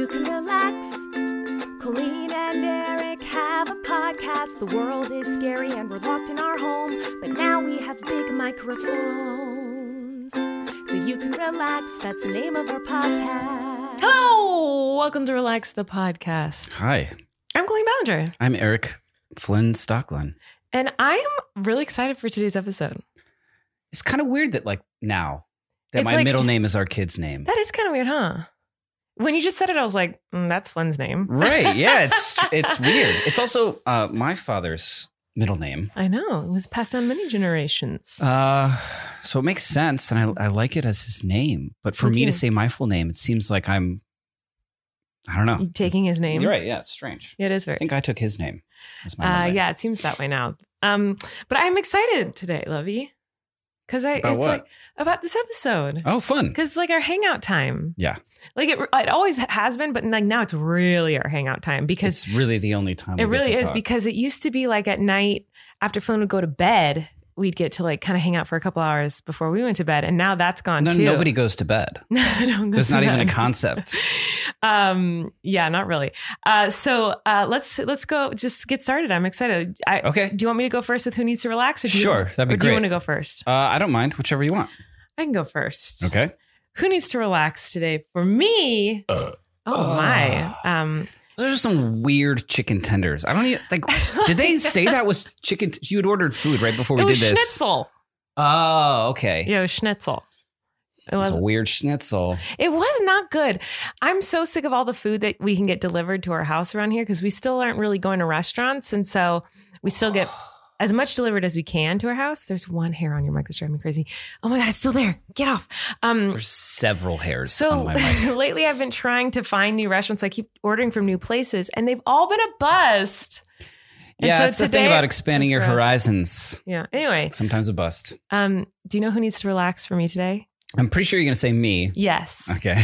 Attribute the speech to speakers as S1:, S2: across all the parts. S1: relax. Colleen and Eric have a podcast. The world is scary and we're locked in our home, but now we have big microphones. So you can relax. That's the name of our podcast.
S2: Hello, welcome to Relax the Podcast.
S3: Hi,
S2: I'm Colleen Ballinger,
S3: I'm Eric Flynn Stockland.
S2: and I am really excited for today's episode.
S3: It's kind of weird that like now that
S2: It's
S3: my
S2: like-
S3: middle name is our kid's name.
S2: That is kind of weird, huh? When you just said it, I was like, mm, "That's Flynn's name."
S3: right? Yeah, it's it's weird. It's also uh, my father's middle name,
S2: I know it was passed down many generations.
S3: uh, so it makes sense, and I, I like it as his name. But for
S2: Me
S3: me to
S2: too.
S3: say my full name, it seems like I'm I don't know.
S2: You Taking his name,
S3: You're right. Yeah, it's strange.
S2: Yeah, it is very.
S3: I think I took his name. As my
S2: Uh,
S3: middle name.
S2: yeah, it seems that way now. Um, but I'm excited today, Lovey, because I
S3: About
S2: it's
S3: what?
S2: like about this episode
S3: Oh, fun.
S2: because it's like our hangout time.
S3: Yeah.
S2: like it it always has been, but like now it's really our hangout time because
S3: It's really the only time
S2: It
S3: we get
S2: really
S3: to
S2: is
S3: talk.
S2: because it used to be like at night after Flynn would go to bed, we'd get to like kind of hang out for a couple hours before we went to bed, and now that's gone
S3: no,
S2: too.
S3: nobody goes to bed.
S2: No, no,
S3: There's
S2: that's
S3: not even a
S2: bad.
S3: concept.
S2: Um, yeah, not really. Uh, so uh, let's let's go. Just get started. I'm excited. I,
S3: Okay.
S2: Do you want me to go first with who needs to relax, or do
S3: Oh. Sure,
S2: you,
S3: that'd be
S2: or Do you
S3: great.
S2: want to go first?
S3: Uh, I don't mind, whichever you want.
S2: I can go first.
S3: Okay.
S2: Who needs to relax today? For me.
S3: Uh,
S2: oh my. Um,
S3: Those are some weird chicken tenders. I don't even like. Did they say that was chicken? T- you had ordered food right before we
S2: it
S3: did
S2: was
S3: this.
S2: schnitzel.
S3: Oh, okay.
S2: Yeah, it was schnitzel. It
S3: It was
S2: was
S3: a weird schnitzel.
S2: It was not good. I'm so sick of all the food that we can get delivered to our house around here because we still aren't really going to restaurants. And so we still get as much delivered as we can to our house. There's one hair on your mic that's driving me crazy. Oh my God, it's still there. Get off. Um,
S3: There's several hairs on
S2: so
S3: my mic.
S2: lately I've been trying to find new restaurants. I keep ordering from new places and they've all been a bust. And
S3: yeah,
S2: so
S3: that's the thing
S2: today-
S3: about expanding your
S2: That's gross.
S3: horizons.
S2: Yeah. Anyway,
S3: Sometimes a bust.
S2: um, do you know who needs to relax for me today?
S3: I'm pretty sure you're gonna say me.
S2: Yes.
S3: Okay.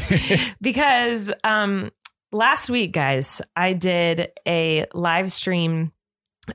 S2: because um last week guys i did a live stream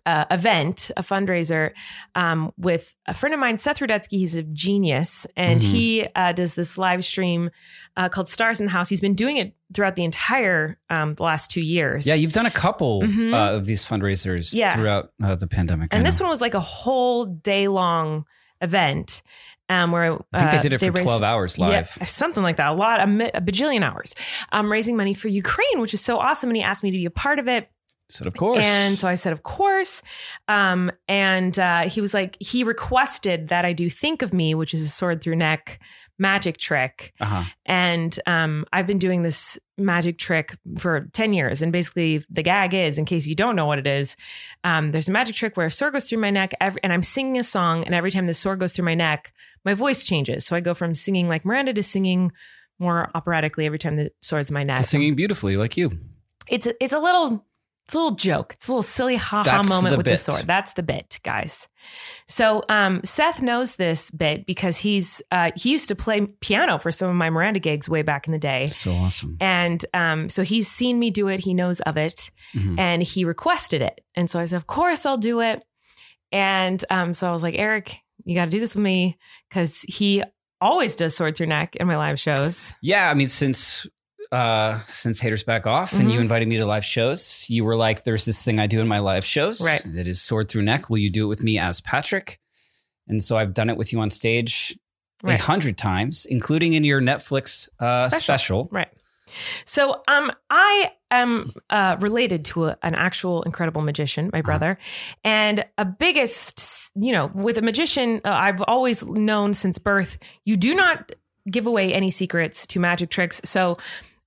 S2: uh, event a fundraiser um, with a friend of mine seth rudetsky he's a genius and
S3: Mhm.
S2: he uh, does this live stream uh, called stars in the house he's been doing it throughout the entire um, the last two years
S3: yeah, you've done a couple
S2: Mhm.
S3: uh, of these fundraisers
S2: Yeah.
S3: throughout uh, the pandemic. I
S2: and this
S3: know.
S2: one was like a whole day long event um, where
S3: I think
S2: uh,
S3: they did it for
S2: raised-
S3: 12 hours live.
S2: Yeah, uh, something like that. A lot, a, mi- a bajillion hours, um, raising money for Ukraine, which is so awesome. And he asked me to be a part of it.
S3: So of course.
S2: And so I said, of course. Um, and uh, he was like, he requested that I do Think of Me, which is a sword through neck magic trick.
S3: uh-huh.
S2: And um, I've been doing this magic trick for 10 years. And basically, the gag is, in case you don't know what it is, um, there's a magic trick where a sword goes through my neck, every, and I'm singing a song. And every time the sword goes through my neck, my voice changes. So I go from singing like Miranda to singing more operatically every time the sword's in my neck.
S3: Singing beautifully like you.
S2: It's a, it's a little it's a little joke. It's a little silly ha ha
S3: That's
S2: moment
S3: the
S2: with the
S3: bit.
S2: sword. That's the bit, guys. So um, Seth knows this bit because he's uh, he used to play piano for some of my Miranda gigs way back in the day.
S3: So awesome.
S2: And um, so he's seen me do it. He knows of it,
S3: Mhm.
S2: and he requested it. And so I said, "Of course, I'll do it." And um, so I was like, "Eric, you got to do this with me," because he always does sword through neck in my live shows.
S3: Yeah, I mean, since uh since haters back off and you
S2: Mhm.
S3: invited me to live shows, you were like, "There's this thing I do in my live shows
S2: Right.
S3: that is sword through neck. Will you do it with me as Patrick?" And so I've done it with you on stage a
S2: Right.
S3: hundred times, including in your Netflix uh,
S2: Special.
S3: special.
S2: Right. So um I am uh related to a, an actual incredible magician,
S3: Uh-huh.
S2: my brother, and a biggest you know, with a magician uh, I've always known since birth, you do not give away any secrets to magic tricks. So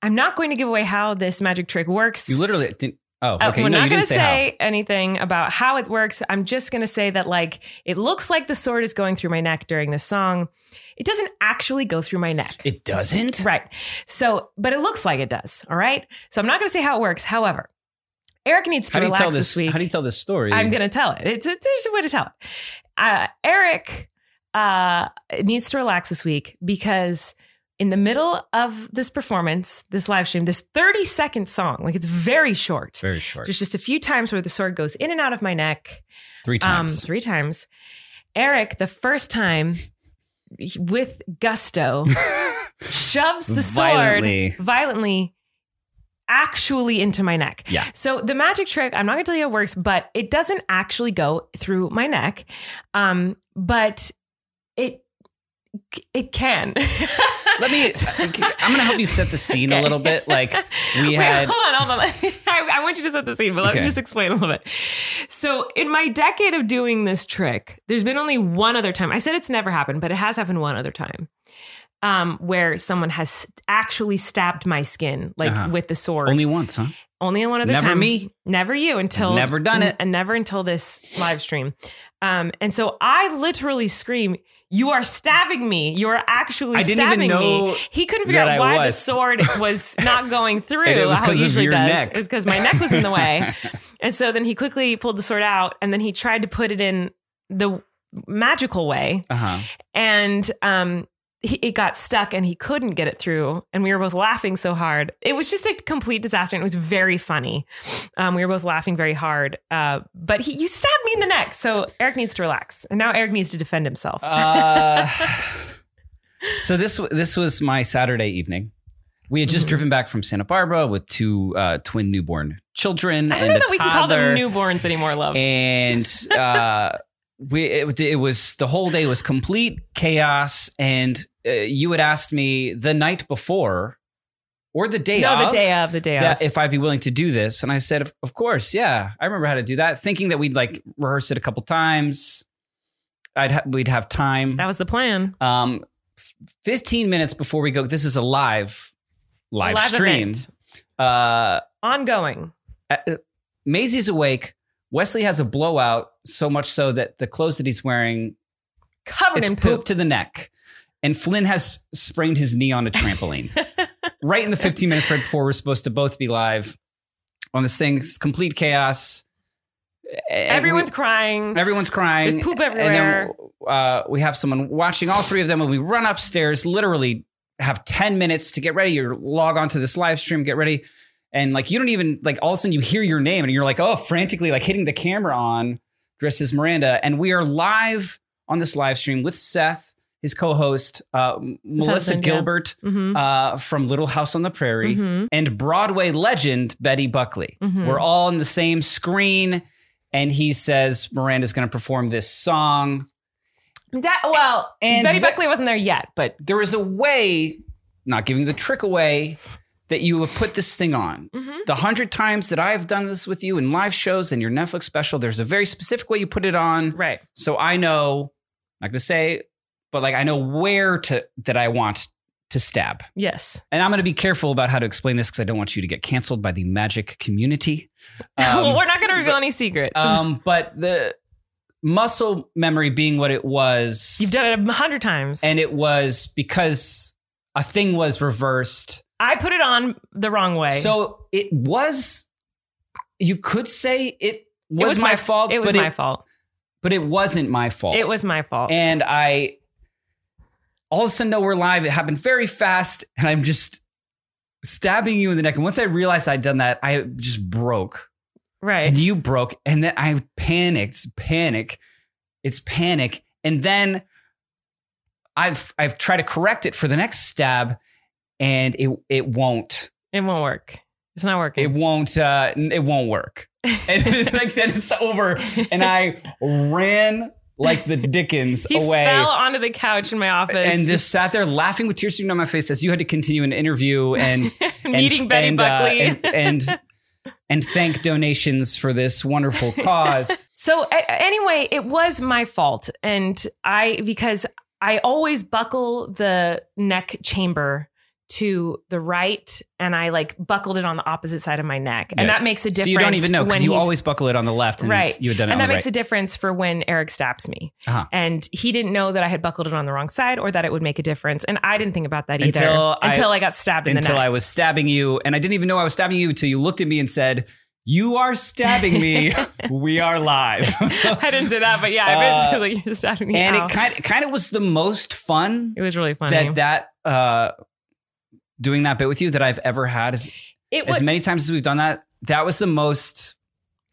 S2: I'm not going to give away how this magic trick works.
S3: You literally didn't. Oh,
S2: Uh,
S3: okay.
S2: We're
S3: no,
S2: not
S3: you
S2: going
S3: didn't
S2: to
S3: say,
S2: say anything about how it works. I'm just going to say that, like, it looks like the sword is going through my neck during this song. It doesn't actually go through my neck.
S3: how. It doesn't.
S2: Right. So, but it looks like it does. All right. So I'm not going to say how it works. However, Eric needs to
S3: How do you
S2: relax
S3: tell this?
S2: week.
S3: How do you tell this story?
S2: I'm going to tell it. It's, it's there's a way to tell it. Uh, Eric uh, needs to relax this week because in the middle of this performance, this live stream, this 30 second song, like it's very short.
S3: It's very short.
S2: There's just a few times where the sword goes in and out of my neck
S3: three times.
S2: Um, three times. Eric, the first time he- with gusto, shoves the
S3: Violently.
S2: sword violently actually into my neck.
S3: Yeah.
S2: So the magic trick, I'm not gonna tell you how it works, but it doesn't actually go through my neck. Um, but it it can.
S3: Let me. I'm going to help you set the scene a
S2: Okay.
S3: little bit. Like we
S2: Wait,
S3: had.
S2: hold on, hold on. I, I want you to set the scene, but let me
S3: Okay.
S2: just explain a little bit. So, in my decade of doing this trick, there's been only one other time. I said it's never happened, but it has happened one other time, um, where someone has actually stabbed my skin, like
S3: Uh-huh.
S2: with the sword.
S3: Only once, huh?
S2: Only one other
S3: Never
S2: time.
S3: me.
S2: Never you until
S3: Never done it.
S2: And never until this live stream. Um, and so I literally scream, "You are stabbing me! You are actually
S3: I didn't even
S2: stabbing
S3: know
S2: me!" He couldn't figure
S3: that
S2: out
S3: I
S2: why
S3: was.
S2: the sword was not going through.
S3: And it was
S2: how
S3: 'cause
S2: it
S3: of
S2: usually
S3: your
S2: does.
S3: neck.
S2: It was because my neck was in the way. and so then he quickly pulled the sword out, and then he tried to put it in the magical way,
S3: Uh huh.
S2: and um. He, it got stuck and he couldn't get it through. And we were both laughing so hard. It was just a complete disaster. And it was very funny. Um, we were both laughing very hard. Uh, but he, you stabbed me in the neck. So Eric needs to relax. And now Eric needs to defend himself.
S3: Uh, so this this was my Saturday evening. We had just
S2: Mhm.
S3: driven back from Santa Barbara with two uh, twin newborn children
S2: I don't
S3: and
S2: know
S3: a
S2: that we can call
S3: toddler,
S2: them newborns anymore, love.
S3: and uh, we it, it was the whole day was complete chaos. And uh, you had asked me the night before or the day
S2: no,
S3: of
S2: the day of, the day
S3: that
S2: of.
S3: if I'd be willing to do this. And I said, of, of course, yeah. I remember how to do that, thinking that we'd like rehearse it a couple times. I'd ha- we'd have time.
S2: That was the plan.
S3: um, f- 15 minutes before we go, this is a live live,
S2: Live
S3: stream.
S2: event.
S3: Uh,
S2: Ongoing.
S3: uh, Maisie's awake. Wesley has a blowout, so much so that the clothes that he's wearing
S2: Covered
S3: it's
S2: in
S3: poop.
S2: poop.
S3: to the neck. And Flynn has sprained his knee on a trampoline. right in the 15 minutes right before we're supposed to both be live on this thing. It's complete chaos. E-, And we-
S2: Everyone's crying.
S3: everyone's crying.
S2: There's poop
S3: And
S2: everywhere.
S3: then uh, we have someone watching all three of them, and we run upstairs. Literally, have 10 minutes to get ready. You log onto this live stream, get ready, and like you don't even like all of a sudden you hear your name, and you're like, oh, frantically like hitting the camera on dressed as Miranda, and we are live on this live stream with Seth, his co-host uh, Melissa
S2: husband, yeah.
S3: Gilbert
S2: hmm
S3: uh, from Little House on the Prairie
S2: hmm
S3: and Broadway legend Betty Buckley.
S2: Mhm.
S3: We're all on the same screen, and he says Miranda's going to perform this song.
S2: That, well,
S3: And
S2: Betty
S3: the-
S2: Buckley wasn't there yet, but
S3: There is a way, not giving the trick away, that you have put this thing on.
S2: Mhm.
S3: The hundred times that I've done this with you in live shows and your Netflix special, there's a very specific way you put it on.
S2: right.
S3: So I know, not going to say, but like I know where to that I want to stab.
S2: Yes.
S3: And I'm going to be careful about how to explain this because I don't want you to get canceled by the magic community.
S2: well,
S3: Um,
S2: we're not going to reveal
S3: but-
S2: any secrets.
S3: um, but the muscle memory being what it was,
S2: You've done it a hundred times.
S3: and it was because a thing was reversed.
S2: I put it on the wrong way.
S3: So it was, you could say it was,
S2: was
S3: my,
S2: my-
S3: fault,
S2: it was
S3: but,
S2: my
S3: it,
S2: fault.
S3: but it wasn't my fault.
S2: It was my fault.
S3: and I all of a sudden know we're live. It happened very fast, and I'm just stabbing you in the neck. And once I realized I'd done that, I just broke,
S2: right.
S3: and you broke, and then I panicked, panic. It's panic, and then I've I've tried to correct it for the next stab, and it it won't
S2: it won't work. It's not
S3: it
S2: working.
S3: won't uh, it won't work. And like then it's over, and I ran like the Dickens
S2: he
S3: away
S2: fell onto the couch in my office
S3: and just, sat there laughing with tears streaming down my face as you had to continue an interview and and-
S2: meeting Betty
S3: and, uh,
S2: Buckley.
S3: and, and and thank donations for this wonderful cause.
S2: so a- anyway, it was my fault, and I because I always buckle the neck chamber to the right, and I like buckled it on the opposite side of my neck, and
S3: Yeah.
S2: that makes a difference.
S3: so you don't even know because
S2: when
S3: you
S2: he's-
S3: always buckle it on the left, and
S2: Right.
S3: You had done
S2: and
S3: it on
S2: that
S3: the
S2: makes
S3: right.
S2: a difference for when Eric stabs me.
S3: Uh-huh.
S2: And he didn't know that I had buckled it on the wrong side or that it would make a difference. And I didn't think about that either
S3: Until I-
S2: until I got stabbed in the
S3: until
S2: neck.
S3: I was stabbing you, and I didn't even know I was stabbing you until you looked at me and said, "You are stabbing me. we are live."
S2: I didn't say that, but yeah, I
S3: Uh,
S2: was like, you just stabbed me.
S3: and
S2: Ow.
S3: it kind of, kind of was the most fun
S2: It was really funny.
S3: that that uh, doing that bit with you that I've ever had as
S2: it
S3: as
S2: was.
S3: many times as we've done that, that was the most.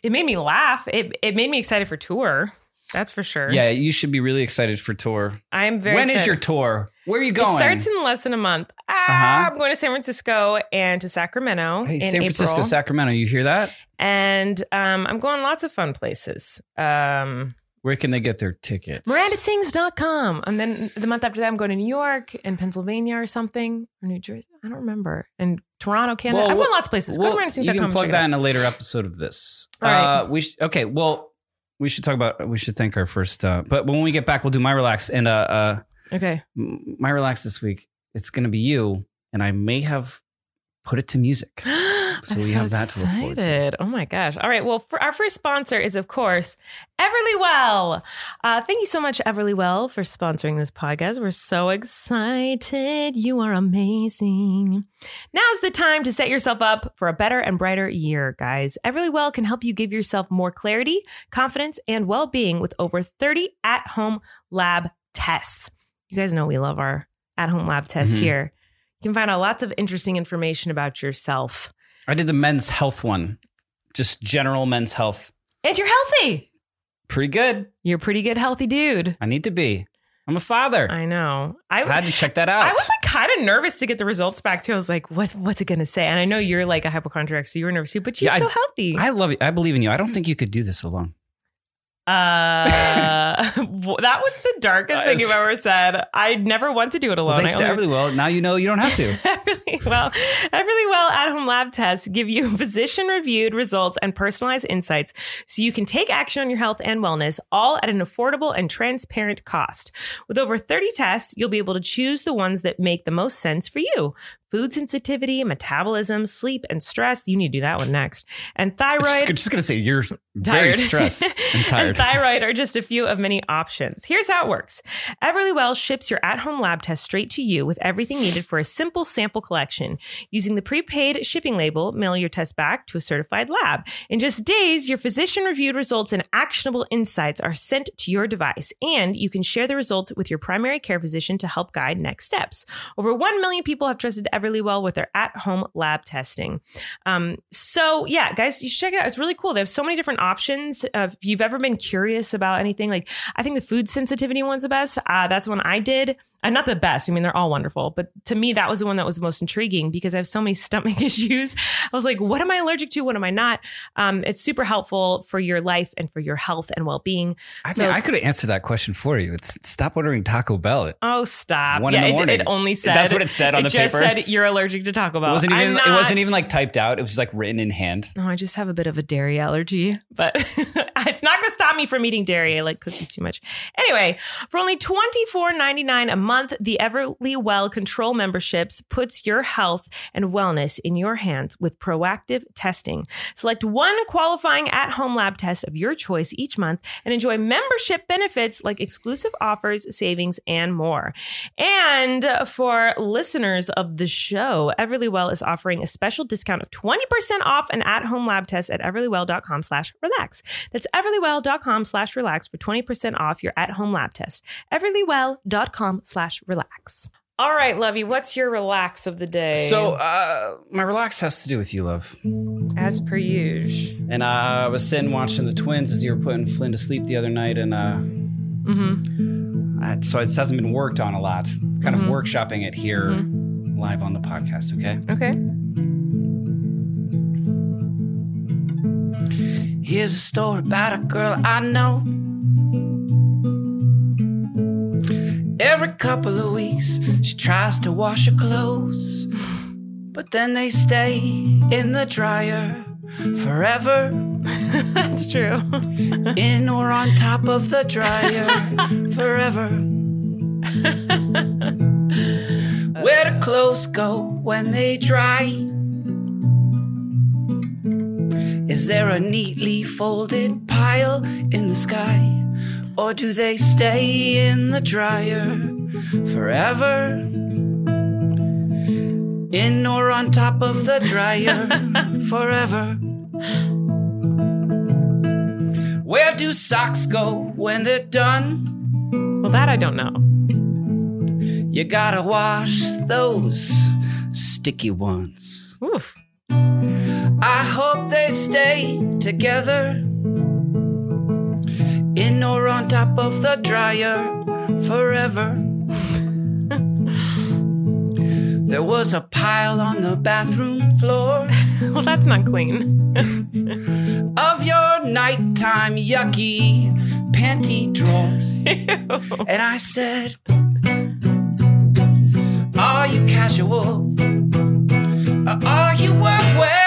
S2: it made me laugh. It it made me excited for tour. That's for sure.
S3: Yeah, you should be really excited for tour.
S2: I am very.
S3: When is
S2: excited.
S3: your tour? Where are you going? Uh-huh.
S2: It starts in less than a month. Ah, I'm going to San Francisco and to Sacramento
S3: hey,
S2: in
S3: San
S2: April.
S3: Francisco, Sacramento. You hear that?
S2: and um, I'm going lots of fun places. Um,
S3: Where can they get their tickets?
S2: MirandaSings.com. And then the month after that, I'm going to New York and Pennsylvania or something, or New Jersey. I don't remember. And Toronto, Canada.
S3: Well,
S2: I'm
S3: well-
S2: going lots of places.
S3: Well,
S2: Go to
S3: you
S2: MirandaSings.com.
S3: can
S2: and
S3: plug
S2: check it
S3: that
S2: out.
S3: in a later episode of this.
S2: All right.
S3: Uh, we sh- okay. Well, we should talk about. We should thank our first. Uh, but when we get back, we'll do my relax and uh, uh,
S2: Okay.
S3: m- my relax this week. It's gonna be you, and I may have put it to music.
S2: I'm
S3: So we have that to look forward to.
S2: excited. Oh my gosh. All right. Well, for our first sponsor is, of course, Everlywell. Uh, thank you so much, Everlywell, for sponsoring this podcast. We're so excited. You are amazing. Now's the time to set yourself up for a better and brighter year, guys. Everlywell can help you give yourself more clarity, confidence, and well being with over 30 at home lab tests. You guys know we love our at home lab tests
S3: Mhm.
S2: here. You can find out lots of interesting information about yourself.
S3: I did the men's health one, just general men's health.
S2: And you're healthy.
S3: Pretty good.
S2: You're a pretty good healthy dude.
S3: I need to be. I'm a father. I,
S2: I know. I
S3: had to check that out.
S2: I was like kind of nervous to get the results back too. I was like, what what's it gonna say? And I know you're like a hypochondriac, so you were nervous too, but you're
S3: Yeah, I-
S2: so healthy.
S3: I love you. I believe in you. I don't think you could do this alone.
S2: uh that was the darkest thing
S3: Guys.
S2: you've ever said. I never want to do it
S3: Well,
S2: alone.
S3: thanks
S2: I
S3: to
S2: only-
S3: everly well. Now you know you don't have to.
S2: Everly well, Everly well at home lab tests give you physician reviewed results and personalized insights so you can take action on your health and wellness all at an affordable and transparent cost. With over 30 tests, you'll be able to choose the ones that make the most sense for you. Food sensitivity, metabolism, sleep and stress. You need to do that one next. And
S3: I'm just,
S2: thyroid
S3: just gonna say you're very
S2: tired.
S3: stressed and tired.
S2: and thyroid are just a few of many options. Here's how it works Everlywell ships your at home lab test straight to you with everything needed for a simple sample collection. Using the prepaid shipping label, mail your test back to a certified lab. In just days, your physician reviewed results and actionable insights are sent to your device, and you can share the results with your primary care physician to help guide next steps. Over 1 million people have trusted Everlywell with their at home lab testing. Um, so yeah, guys, you should check it out. It's really cool. They have so many different options. Uh, if you've ever been curious about anything, like I think the food sensitivity one's the best. Uh, that's the one I did. Uh, not the best. I mean, they're all wonderful, but to me, that was the one that was the most intriguing because I have so many stomach issues. I was like, what am I allergic to? What am I not? Um, it's super helpful for your life and for your health and well being.
S3: I mean,
S2: So-
S3: I could have answered that question for you. It's stop ordering Taco Bell. It
S2: Oh, stop.
S3: One in
S2: yeah,
S3: the
S2: it,
S3: morning.
S2: it only said
S3: That's what it said on the
S2: just
S3: paper.
S2: said you're allergic to Taco Bell.
S3: wasn't even.
S2: I'm
S3: It wasn't
S2: Uh, not.
S3: even like typed out. It was just like written in hand.
S2: No, I just have a bit of a dairy allergy, but it's not going to stop me from eating dairy. I like cookies too much. Anyway, for only $24.99 a month, the Everly Well Control memberships puts your health and wellness in your hands with proactive testing. Select one qualifying at-home lab test of your choice each month and enjoy membership benefits like exclusive offers, savings, and more. And for listeners of the show, Everlywell is offering a special discount of 20% off an at-home lab test at everlywell.com slash relax. That's everlywell.com slash relax for 20% off your at-home lab test. everlywell.com slash relax. All right, Lovey, what's your relax of the day?
S3: So uh, my relax has to do with you, love.
S2: as per usual.
S3: And uh, I was sitting watching the twins as you were putting Flynn to sleep the other night, and uh,
S2: Mm-hmm. Mm-hmm.
S3: I, so it hasn't been worked on a lot. Kind of workshopping it here live on the podcast. Okay.
S2: Okay.
S3: Here's a story about a girl I know. Every couple of weeks, she tries to wash her clothes, but then they stay in the dryer forever,
S2: That's true.
S3: in or on top of the dryer forever. Where do clothes go when they dry? Is there a neatly folded pile in the sky? Or do they stay in the dryer forever? In or on top of the dryer forever? Where do socks go when they're done?
S2: Well, that I don't know.
S3: You gotta wash those sticky ones.
S2: Oof.
S3: I hope they stay together. In or on top of the dryer forever. There was a pile on the bathroom floor
S2: Well, that's not clean.
S3: of your nighttime yucky panty drawers. and I said, Are you casual? Or are you workwear?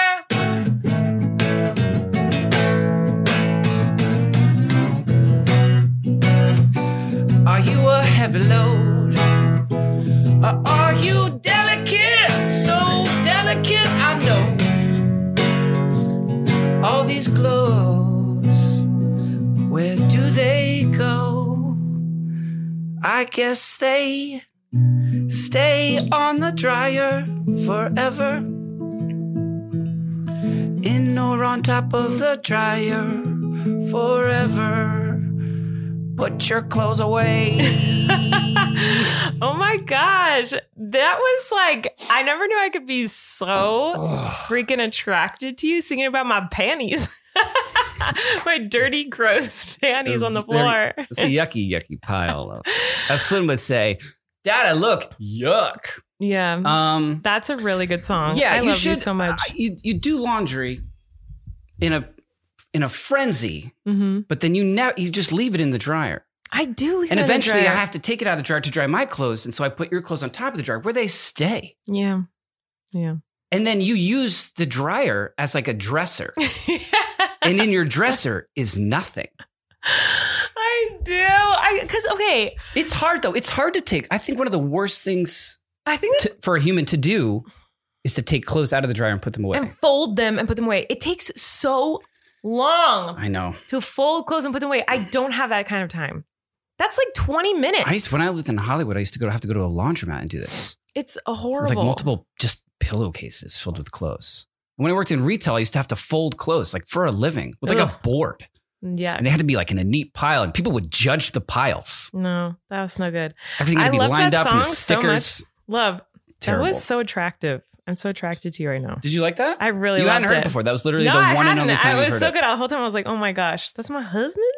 S3: Are you a heavy load? Or are you delicate? So delicate, I know all these glows, where do they go? I guess they stay on the dryer forever, in or on top of the dryer forever. Put your clothes away.
S2: Oh my gosh. That was like, I never knew I could be so freaking attracted to you singing about my panties. my dirty, gross panties on the floor.
S3: It's a yucky, yucky pile. Of, as Flynn would say, Dada, look, yuck.
S2: Yeah.
S3: Um,
S2: That's a really good song.
S3: Yeah,
S2: I
S3: you
S2: love
S3: should,
S2: you so much.
S3: I- you you do laundry in a in a frenzy,
S2: hmm
S3: but then you now you just leave it in the dryer,
S2: I do. Leave
S3: and
S2: it in the
S3: eventually I
S2: dryer.
S3: have to take it out of the dryer to dry my clothes, and so I put your clothes on top of the dryer where they stay,
S2: Yeah. Yeah.
S3: and then you use the dryer as like a dresser, and in your dresser is nothing.
S2: I do. I because okay.
S3: It's hard though. It's hard to take. I think one of the worst things
S2: I think
S3: to, for a human to do is to take clothes out of the dryer and put them away.
S2: and fold them and put them away. It takes so long
S3: I know.
S2: to fold clothes and put them away. I don't have that kind of time. That's like 20 minutes.
S3: I used when I lived in Hollywood, I used to go have to go to a laundromat and do this.
S2: it's a
S3: It's
S2: horrible.
S3: like multiple just pillowcases filled with clothes. And When I worked in retail, I used to have to fold clothes like for a living with like
S2: Ugh.
S3: a board,
S2: Yeah.
S3: and they had to be like in a neat pile, and people would judge the piles.
S2: No, that was no good.
S3: Everything
S2: I
S3: had to be
S2: loved
S3: lined
S2: that
S3: up and the
S2: song so
S3: stickers.
S2: Love.
S3: Terrible.
S2: That was so attractive. I'm so attracted to you right now.
S3: Did you like that?
S2: I really
S3: you
S2: loved
S3: hadn't heard
S2: it.
S3: it before. That was literally
S2: no,
S3: the
S2: I
S3: one
S2: hadn't.
S3: and only time
S2: I
S3: you
S2: was
S3: heard
S2: so
S3: it.
S2: good. The whole time I was like, "Oh my gosh, that's my husband."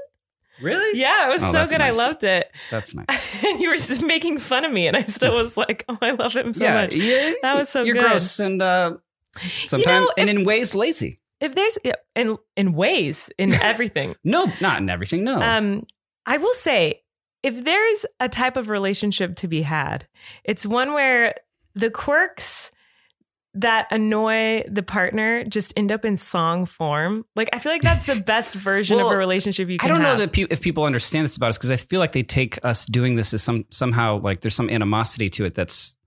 S3: Really?
S2: Yeah, it was
S3: Oh,
S2: so
S3: that's
S2: good. I
S3: nice.
S2: loved it.
S3: That's nice.
S2: and you were just making fun of me, and I still was like, "Oh, I love him so
S3: yeah,
S2: much."
S3: yeah.
S2: That was so
S3: You're
S2: good.
S3: gross and uh, sometimes
S2: know,
S3: and in ways lazy.
S2: If there's in in ways in everything,
S3: No, not in everything. No.
S2: um, I will say if there's a type of relationship to be had, it's one where the quirks that annoy the partner just end up in song form. Like I feel like that's the best version of
S3: Well,
S2: a relationship you
S3: I
S2: can.
S3: don't know
S2: have.
S3: that pe- if people understand this about us because I feel like they take us doing this as some somehow like there's some animosity to it that's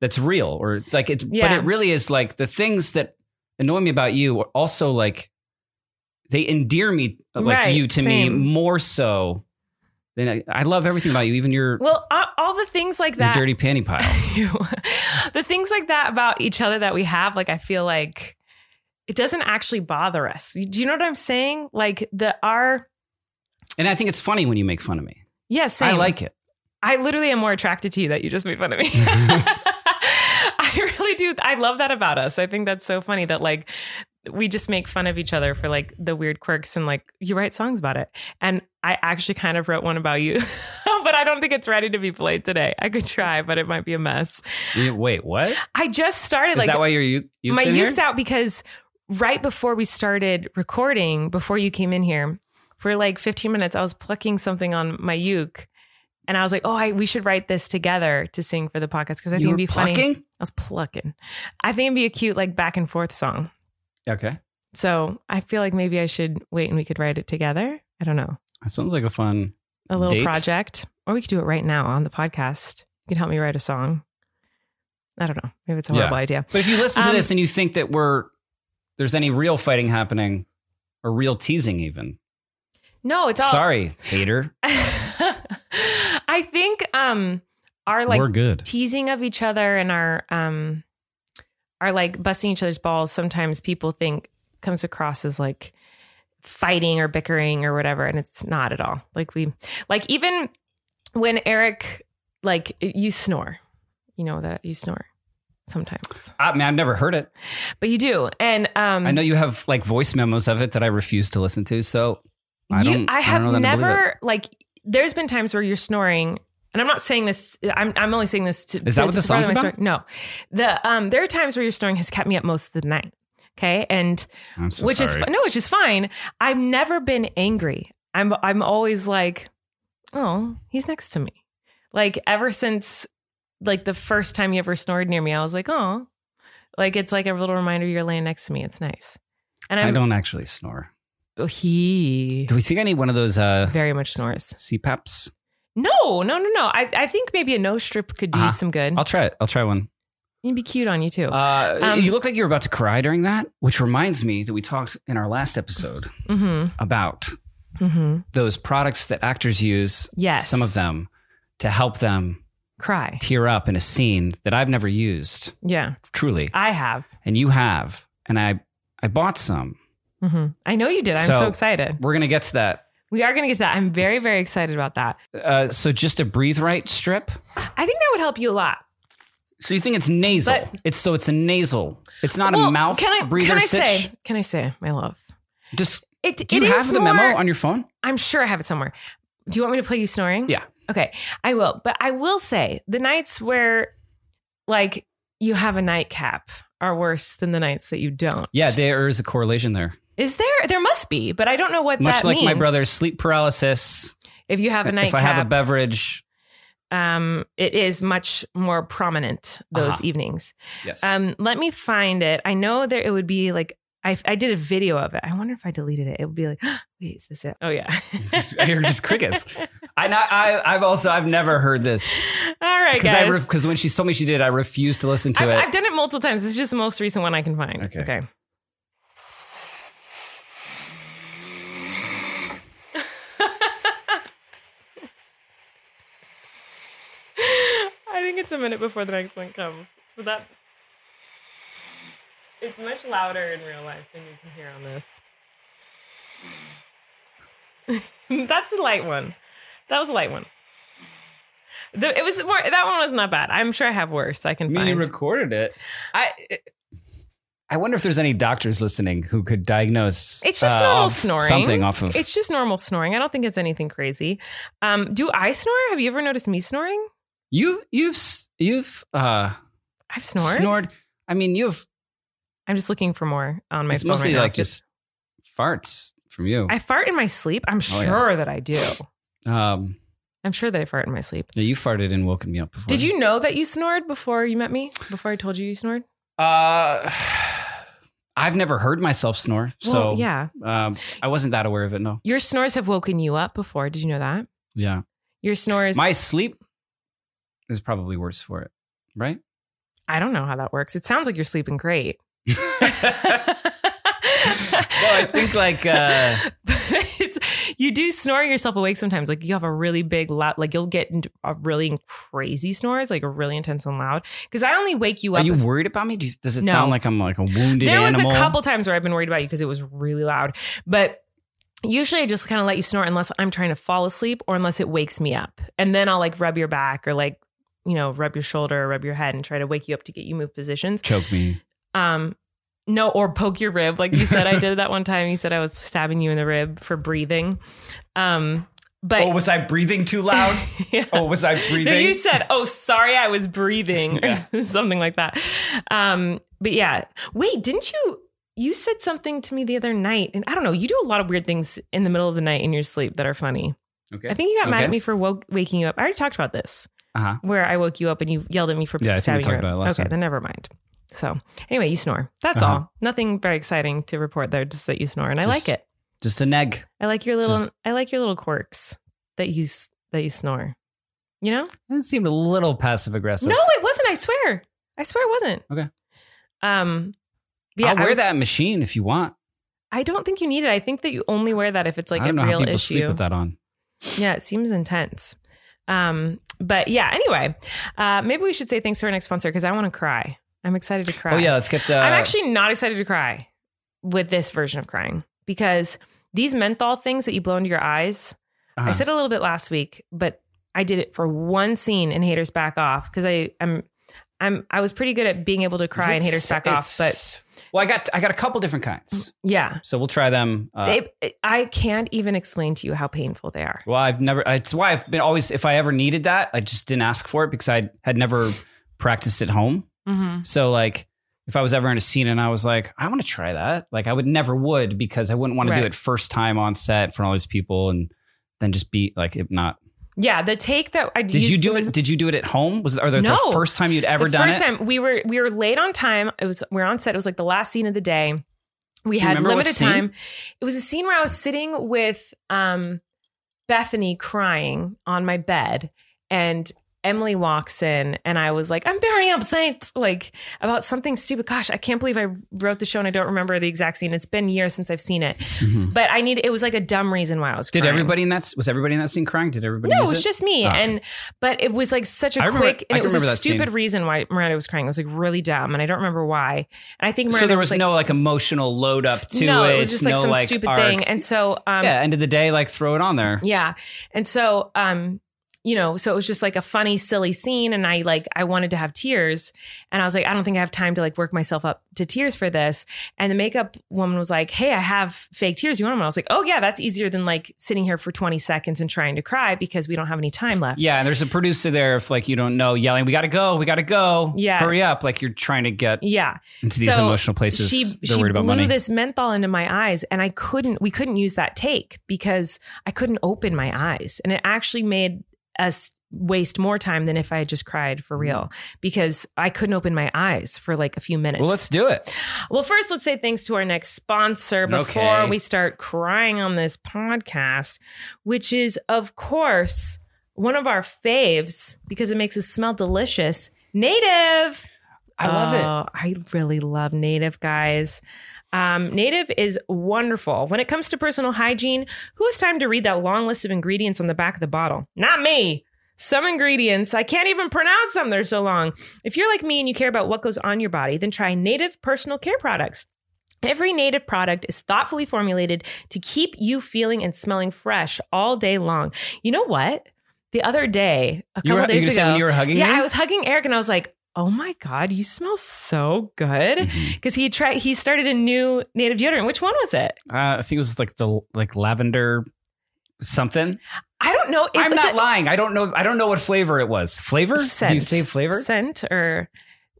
S3: that's real or like it. But
S2: Yeah.
S3: it really is like the things that annoy me about you are also like they endear me uh, like
S2: Right,
S3: you to
S2: same.
S3: me more so than I, I love everything about you, even your
S2: Well, all, all the things like
S3: your
S2: that.
S3: dirty panty pile.
S2: you. the things like that about each other that we have, like I feel like it doesn't actually bother us. Do you know what I'm saying? Like the our
S3: and I think it's funny when you make fun of me.
S2: yes,
S3: I like it.
S2: I literally am more attracted to you that you just made fun of me. I really do. I love that about us. I think that's so funny that like we just make fun of each other for like the weird quirks and like you write songs about it. And I actually kind of wrote one about you, but I don't think it's ready to be played today. I could try, but it might be a mess.
S3: You- wait, what? Is
S2: I just started like
S3: that why your you ukes
S2: my
S3: in here?
S2: ukes out because right before we started recording, before you came in here, for like 15 minutes, I was plucking something on my uke. And I was like, oh, I, we should write this together to sing for the podcast because I think
S3: you
S2: it'd
S3: were
S2: be funny.
S3: plucking?
S2: I was plucking. I think it'd be a cute like back and forth song.
S3: Okay,
S2: So I feel like maybe I should wait and we could write it together. I don't know.
S3: that sounds like a fun.
S2: A little
S3: Date?
S2: project. Or we could do it right now on the podcast. You can help me write a song. I don't know. Maybe it's a
S3: Yeah.
S2: horrible idea.
S3: But if you listen to
S2: Um,
S3: this and you think that we're there's any real fighting happening or real teasing even.
S2: No, it's all
S3: Sorry, hater.
S2: I think um our like
S3: we're good.
S2: teasing of each other and our um our like busting each other's balls sometimes people think comes across as like fighting or bickering or whatever and it's not at all. Like we like even when Eric like you snore. You know that you snore sometimes.
S3: I mean, I've never heard it.
S2: But you do. And um
S3: I know you have like voice memos of it that I refuse to listen to. So I
S2: you,
S3: don't.
S2: I have
S3: don't know that I believe it.
S2: never like. There's been times where you're snoring and I'm not saying this. I'm I'm only saying this. To,
S3: Is that what
S2: to-
S3: the
S2: to further
S3: song's
S2: my story.
S3: about?
S2: No, the um, there are times where your snoring has kept me up most of the night. Okay, and
S3: I'm so
S2: which is
S3: sorry.
S2: fi- no, which is fine. I've never been angry. I'm I'm always like, oh, he's next to me. Like ever since, like the first time you ever snored near me, I was like, oh, like it's like a little reminder you're laying next to me. It's nice. And I'm,
S3: I don't actually snore.
S2: Oh, he
S3: Do we think I need one of those uh,
S2: very much snores.
S3: CPAPs?
S2: No, no, no, no. I, I think maybe a nose strip could do
S3: Uh-huh.
S2: you some good.
S3: I'll try it. I'll try one.
S2: You'd be cute on you too.
S3: Uh,
S2: Um,
S3: you look like you were about to cry during that, which reminds me that we talked in our last episode
S2: mm-hmm.
S3: about
S2: Mm-hmm.
S3: those products that actors use,
S2: Yes.
S3: some of them, to help them
S2: Cry.
S3: tear up in a scene that I've never used,
S2: Yeah,
S3: truly.
S2: I have.
S3: And you have. And I, I bought some.
S2: hmm I know you did. I'm
S3: So-
S2: so excited.
S3: We're going to get to that.
S2: We are going to get to that. I'm very, very excited about that.
S3: Uh, so just a breathe right strip.
S2: I think that would help you a lot.
S3: So you think it's nasal?
S2: But-
S3: it's so it's a nasal. It's not
S2: Well,
S3: a mouth
S2: can I,
S3: breather
S2: can I
S3: stitch.
S2: say? Can I say, my love?
S3: Just
S2: It,
S3: do you
S2: it
S3: have
S2: is
S3: the
S2: more-
S3: memo on your phone?
S2: I'm sure I have it somewhere. Do you want me to play you snoring?
S3: Yeah.
S2: Okay, I will. But I will say the nights where, like, you have a nightcap are worse than the nights that you don't.
S3: Yeah, there is a correlation there.
S2: Is there? There must be, but I don't know what
S3: Much
S2: that
S3: like my
S2: means.
S3: brother's sleep paralysis.
S2: If you have a
S3: if I have a
S2: nightcap,
S3: beverage,
S2: um, it is much more prominent those
S3: Uh-huh.
S2: evenings.
S3: yes.
S2: Um, let me find it. I know there it would be like I, I did a video of it. I wonder if I deleted it. It would be like, wait, is this it? Oh yeah,
S3: It's just- I hear just crickets. I, not, I I've also I've never heard this
S2: All right,
S3: because I
S2: guys.
S3: because when she told me she did, I refused to listen to
S2: I've,
S3: it.
S2: I've done it multiple times. This is just the most recent one I can find.
S3: Okay.
S2: Okay. I think it's a minute before the next one comes. But that it's much louder in real life than you can hear on this. That's a light one. That was a light one. The, it was more, that one was not bad. I'm sure I have worse. I can find.
S3: recorded it. I I wonder if there's any doctors listening who could diagnose.
S2: It's just
S3: uh,
S2: normal
S3: off
S2: snoring.
S3: Something off of.
S2: It's just normal snoring. I don't think it's anything crazy. Um, do I snore? Have you ever noticed me snoring?
S3: you you've s- you've uh
S2: I've snored.
S3: snored. I mean, you've
S2: I'm just looking for more on my
S3: it's
S2: phone
S3: mostly
S2: right now.
S3: like just farts from you.
S2: I fart in my sleep. I'm
S3: Oh, yeah.
S2: sure that I do.
S3: um,
S2: I'm sure that I fart in my sleep.
S3: yeah, you farted and woken me up before.
S2: Did you know that you snored before you met me? Before I told you you snored?
S3: Uh, I've never heard myself snore, so
S2: well, yeah.
S3: Um, I wasn't that aware of it. No,
S2: Your snores have woken you up before. Did you know that?
S3: yeah,
S2: Your snores.
S3: my sleep is probably worse for it, right?
S2: I don't know how that works. It sounds like you're sleeping great.
S3: I think, like, uh,
S2: it's, you do snore yourself awake sometimes. Like you have a really big loud, like you'll get into a really crazy snores, like a really intense and loud. Because I only wake you
S3: Are
S2: up.
S3: you
S2: if-
S3: worried about me? Do you, does it
S2: No.
S3: sound like I'm like a wounded
S2: there was
S3: animal?
S2: a couple times where I've been worried about you because it was really loud, but. Usually, I just kind of let you snore unless I'm trying to fall asleep or unless it wakes me up. And then I'll like rub your back or like, you know, rub your shoulder or rub your head and try to wake you up to get you move positions.
S3: choke me.
S2: Um, no, or poke your rib, like you said. I did that one time. You said I was stabbing you in the rib for breathing. Um, but
S3: Oh, was I breathing too loud? Oh,
S2: yeah.
S3: was I
S2: No, you said, "Oh, sorry, I was breathing," or something like that. Um, but yeah, wait, didn't you? You said something to me the other night, and I don't know. You do a lot of weird things in the middle of the night in your sleep that are funny.
S3: okay.
S2: I think you got mad
S3: Okay.
S2: at me for woke, waking you up. I already talked about this,
S3: Uh-huh.
S2: where I woke you up and you yelled at me for
S3: Yeah, I think we
S2: stabbing
S3: talked
S2: your.
S3: about it last
S2: okay,
S3: time.
S2: then never mind. So anyway, you snore. That's
S3: Uh-huh.
S2: all. Nothing very exciting to report there. Just that you snore, and I
S3: Just-
S2: like it.
S3: Just a neg.
S2: I like your little.
S3: just-
S2: I like your little quirks that you s- that you snore. You know.
S3: It seemed a little passive aggressive.
S2: No, it wasn't. I swear. I swear it wasn't.
S3: Okay.
S2: Um. Yeah,
S3: I'll wear
S2: I was-
S3: that machine if you want.
S2: I don't think you need it. I think that you only wear that if it's like
S3: I
S2: a
S3: don't know how
S2: real
S3: people sleep
S2: issue.
S3: with that on.
S2: Yeah, it seems intense. Um. But yeah. Anyway, uh, maybe we should say thanks to our next sponsor because I want to cry. I'm excited to cry.
S3: Oh yeah, let's get the.
S2: I'm actually not excited to cry with this version of crying because these menthol things that you blow into your eyes. I
S3: Uh-huh.
S2: said a little bit last week, but I did it for one scene in Haters Back Off because I am I'm I was pretty good at being able to
S3: Is
S2: cry
S3: it
S2: in Haters
S3: s-
S2: Back Off, but
S3: it's- Well, I got I got a couple different kinds,
S2: Yeah.
S3: so we'll try them. Uh,
S2: They- I can't even explain to you how painful they are.
S3: well, I've never. It's why I've been always. If I ever needed that, I just didn't ask for it because I had never practiced at home.
S2: Mm-hmm.
S3: So like if I was ever in a scene and I was like, I want to try that, like I would never would because I wouldn't want to do
S2: Right.
S3: it first time on set in front of all these people and then just be like it not.
S2: Yeah, the take that I
S3: Did you do it? Did you do it at home? Was are there the
S2: No.
S3: first time you'd ever
S2: the
S3: done
S2: first
S3: it?
S2: time we were we were late on time. It was we were on set. It was like the last scene of the day. We
S3: Do you
S2: had
S3: remember what
S2: limited
S3: scene?
S2: time. It was a scene where I was sitting with um, Bethany crying on my bed, and Emily walks in, and I was like, "I'm burying up saints," like about something stupid. Gosh, I can't believe I wrote the show and I don't remember the exact scene. It's been years since I've seen it,
S3: Mhm.
S2: but I need. It was like a dumb reason why I was.
S3: Did
S2: crying.
S3: everybody in that was everybody in that scene crying? Did everybody?
S2: No, it
S3: use
S2: was just me,
S3: Oh, okay.
S2: and but it was like such a
S3: I remember-
S2: quick,
S3: I
S2: and it
S3: can
S2: was a
S3: remember that scene.
S2: stupid reason why Miranda was crying. It was like really dumb, and I don't remember why. And I think Miranda
S3: so there was,
S2: like,
S3: no like emotional load up to
S2: no,
S3: it.
S2: it was just like
S3: no,
S2: some stupid
S3: arc.
S2: thing, and so um,
S3: yeah, end of the day, like throw it on there.
S2: yeah. And so, um, you know, so it was just like a funny, silly scene. And I like, I wanted to have tears. And I was like, I don't think I have time to like work myself up to tears for this. And the makeup woman was like, Hey, I have fake tears. You want them? And I was like, Oh, yeah, that's easier than like sitting here for 20 seconds and trying to cry because we don't have any time left.
S3: Yeah, and there's a producer there if like you don't know yelling, "We gotta go, we gotta go,
S2: Yeah.
S3: hurry up!" Like you're trying to get
S2: Yeah.
S3: into these
S2: So
S3: emotional places.
S2: she she
S3: They're worried
S2: blew
S3: about money.
S2: this menthol into my eyes, and I couldn't. We couldn't use that take because I couldn't open my eyes, and it actually made us waste more time than if I had just cried for real because I couldn't open my eyes for like a few minutes.
S3: well, let's do it.
S2: Well, first, let's say thanks to our next sponsor before
S3: Okay.
S2: we start crying on this podcast, which is, of course, one of our faves because it makes us smell delicious. Native.
S3: I love it.
S2: Oh, I really love Native, guys. Um, Native is wonderful. When it comes to personal hygiene, who has time to read that long list of ingredients on the back of the bottle? Not me. Some ingredients, I can't even pronounce them, they're so long. If you're like me and you care about what goes on your body, then try Native personal care products. Every native product is thoughtfully formulated to keep you feeling and smelling fresh all day long. You know what? The other day, a
S3: You
S2: couple
S3: were, you
S2: days
S3: gonna say
S2: ago,
S3: when you were hugging
S2: yeah,
S3: me?
S2: I was hugging Eric and I was like, "Oh my god, you smell so good."
S3: Mm-hmm.
S2: Cuz he tried he started a new native deodorant. Which one was it?
S3: Uh, I think it was like the like lavender something.
S2: I don't know. It
S3: I'm
S2: was
S3: not
S2: a
S3: lying. I don't know. I don't know what flavor it was. Flavor? Do you
S2: Scent.
S3: say flavor?
S2: scent or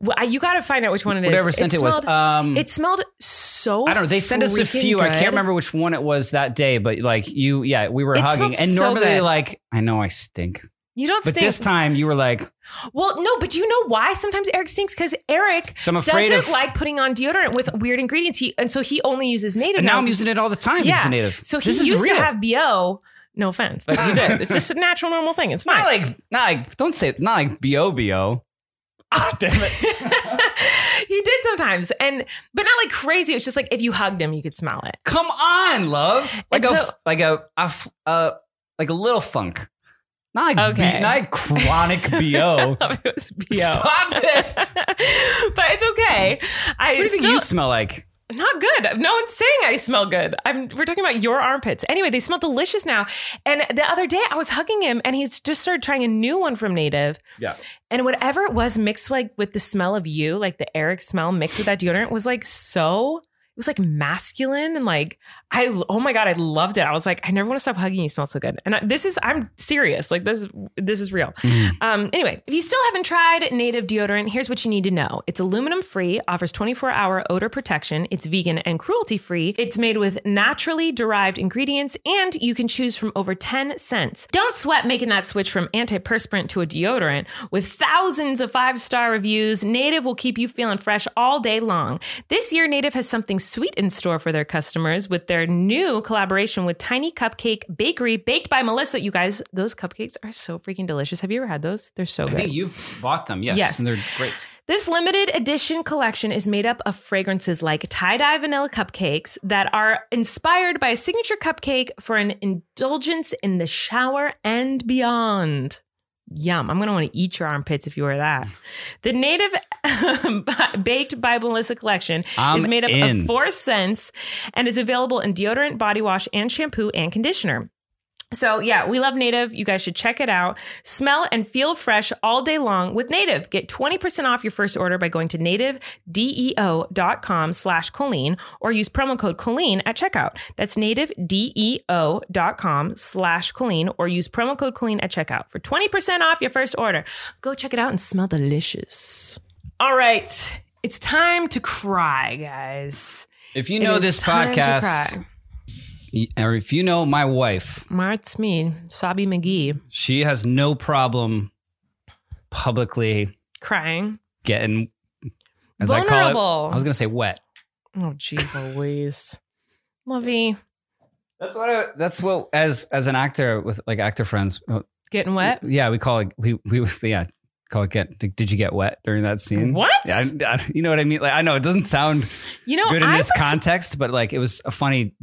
S2: well, I- you got to find out which one it is.
S3: Whatever scent it, was.
S2: smelled-
S3: Um,
S2: it smelled so
S3: I don't know. They sent us a
S2: freaking
S3: few. I can't
S2: good.
S3: remember which one it was that day, but like you, yeah, we were
S2: It
S3: hugging,
S2: smelled
S3: and
S2: so
S3: normally
S2: good.
S3: like I know I stink,
S2: You don't
S3: but
S2: stink.
S3: this time you were like,
S2: well, no, but do you know why sometimes Eric stinks cuz Eric
S3: so I'm afraid
S2: doesn't
S3: of.
S2: like putting on deodorant with weird ingredients. He and so he only uses native.
S3: and now I'm
S2: because-
S3: using it all the time.
S2: Yeah.
S3: It's native.
S2: So he
S3: this is
S2: used
S3: real.
S2: to have BO. No offense, but he did. It's just a natural, normal thing. It's fine.
S3: not like not like don't say not like bo bo. Ah, damn it.
S2: he did sometimes, and but not like crazy. It was just like if you hugged him, you could smell it.
S3: Come on, love. Like
S2: And
S3: a
S2: so-
S3: like a, a f- uh, like a little funk. Not like, B-
S2: Okay.
S3: not like chronic bo.
S2: it was BO.
S3: Stop it.
S2: but it's okay. I
S3: What do you think
S2: still
S3: you smell like?
S2: not good. No one's saying I smell good. I'm, we're talking about your armpits. Anyway, they smell delicious now. And the other day, I was hugging him, and he's just started trying a new one from Native.
S3: Yeah.
S2: And whatever it was mixed like with the smell of you, like the Eric smell mixed with that deodorant, was like so. It was like masculine and like I. Oh my god, I loved it. I was like, I never want to stop hugging you. You smell so good. And I, this is I'm serious. Like this this is real. Um, anyway, if you still haven't tried native deodorant, here's what you need to know. It's aluminum free, offers 24 hour odor protection, it's vegan and cruelty free, it's made with naturally derived ingredients, and you can choose from over 10 scents. Don't sweat making that switch from antiperspirant to a deodorant. With thousands of five star reviews, Native will keep you feeling fresh all day long. This year, Native has something sweet in store for their customers with their new collaboration with Tiny Cupcake Bakery, baked by Melissa. You guys, those cupcakes are so freaking delicious. Have you ever had those? They're so
S3: I
S2: good.
S3: think you've bought them. Yes.
S2: Yes.
S3: And they're great.
S2: This limited edition collection is made up of fragrances like tie dye vanilla cupcakes that are inspired by a signature cupcake for an indulgence in the shower and beyond. Yum. I'm going to want to eat your armpits if you wear that. The native baked by Melissa collection
S3: I'm
S2: is made up
S3: in.
S2: of four scents and is available in deodorant, body wash, and shampoo and conditioner. So yeah, we love Native. You guys should check it out. Smell and feel fresh all day long with Native. Get 20% off your first order by going to nativedeo.com slash Colleen or use promo code Colleen at checkout. That's nativedeo.com slash Colleen or use promo code Colleen at checkout for 20% off your first order. Go check it out and smell delicious. All right. It's time to cry, guys.
S3: If you
S2: It
S3: know
S2: is
S3: this
S2: time to
S3: podcast,
S2: cry.
S3: y- or if you know my wife,
S2: Mart's me, Sabi McGee,
S3: she has no problem publicly
S2: crying.
S3: getting as I
S2: Vulnerable.
S3: call it. I was gonna say wet.
S2: Oh, jeez Louise. Lovey.
S3: That's what. I, that's what. As as an actor with like actor friends, uh,
S2: Getting wet?
S3: yeah, we call it. We we yeah call it. Get did, did you get wet during that scene?
S2: What?
S3: Yeah, I- I- you know what I mean. Like I know it doesn't sound
S2: You know,
S3: good in
S2: I
S3: this
S2: was-
S3: context, but like it was a funny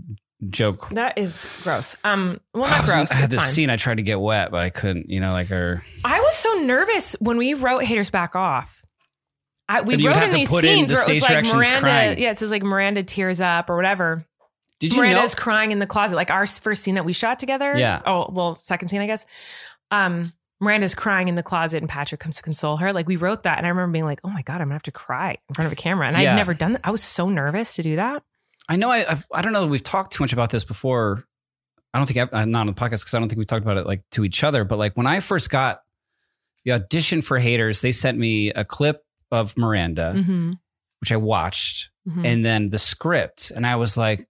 S3: joke.
S2: that is gross. Um, well,
S3: I,
S2: not
S3: was-
S2: gross.
S3: I had
S2: it's
S3: this
S2: fine.
S3: scene. I tried to get wet, but I couldn't. You know, like her.
S2: I was so nervous when we wrote "Haters Back Off." I, we
S3: And you would
S2: wrote in
S3: have to
S2: these
S3: put in
S2: scenes
S3: the
S2: where it was
S3: stage
S2: like
S3: directions
S2: Miranda,
S3: crying.
S2: yeah, it says like Miranda tears up or whatever.
S3: Did you know?
S2: Miranda's crying in the closet, like our first scene that we shot together.
S3: Yeah.
S2: Oh well, second scene, I guess. Um, Miranda's crying in the closet, and Patrick comes to console her. Like we wrote that, and I remember being like, "Oh my god, I'm gonna have to cry in front of a camera," and
S3: Yeah.
S2: I'd never done that. I was so nervous to do that.
S3: I know. I I've, I don't know that we've talked too much about this before. I don't think I, not on the podcast because I don't think we talked about it like to each other. But like when I first got the audition for Haters, they sent me a clip of Miranda,
S2: Mm-hmm.
S3: which I watched,
S2: Mhm.
S3: and then the script, and I was like,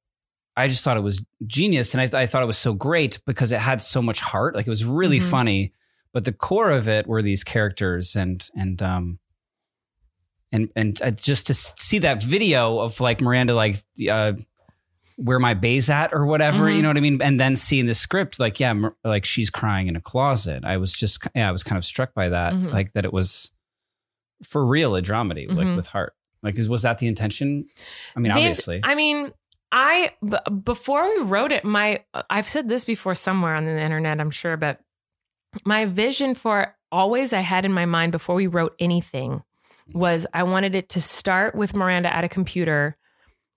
S3: I just thought it was genius, and I, I thought it was so great because it had so much heart. Like it was really
S2: Mhm.
S3: funny, but the core of it were these characters, and and um. And and uh, just to s- see that video of like Miranda like uh, where my bay's at or whatever,
S2: Mhm.
S3: you know what I mean? And then seeing the script, like, yeah, Mer- like she's crying in a closet. I was just, yeah, I was kind of struck by that,
S2: Mhm.
S3: like that it was for real a dramedy, like
S2: Mhm.
S3: with heart. Like, is, was that the intention? I mean,
S2: Did-
S3: obviously.
S2: I mean, I b- before we wrote it, my I've said this before somewhere on the internet, I'm sure, but my vision for always I had in my mind before we wrote anything was I wanted it to start with Miranda at a computer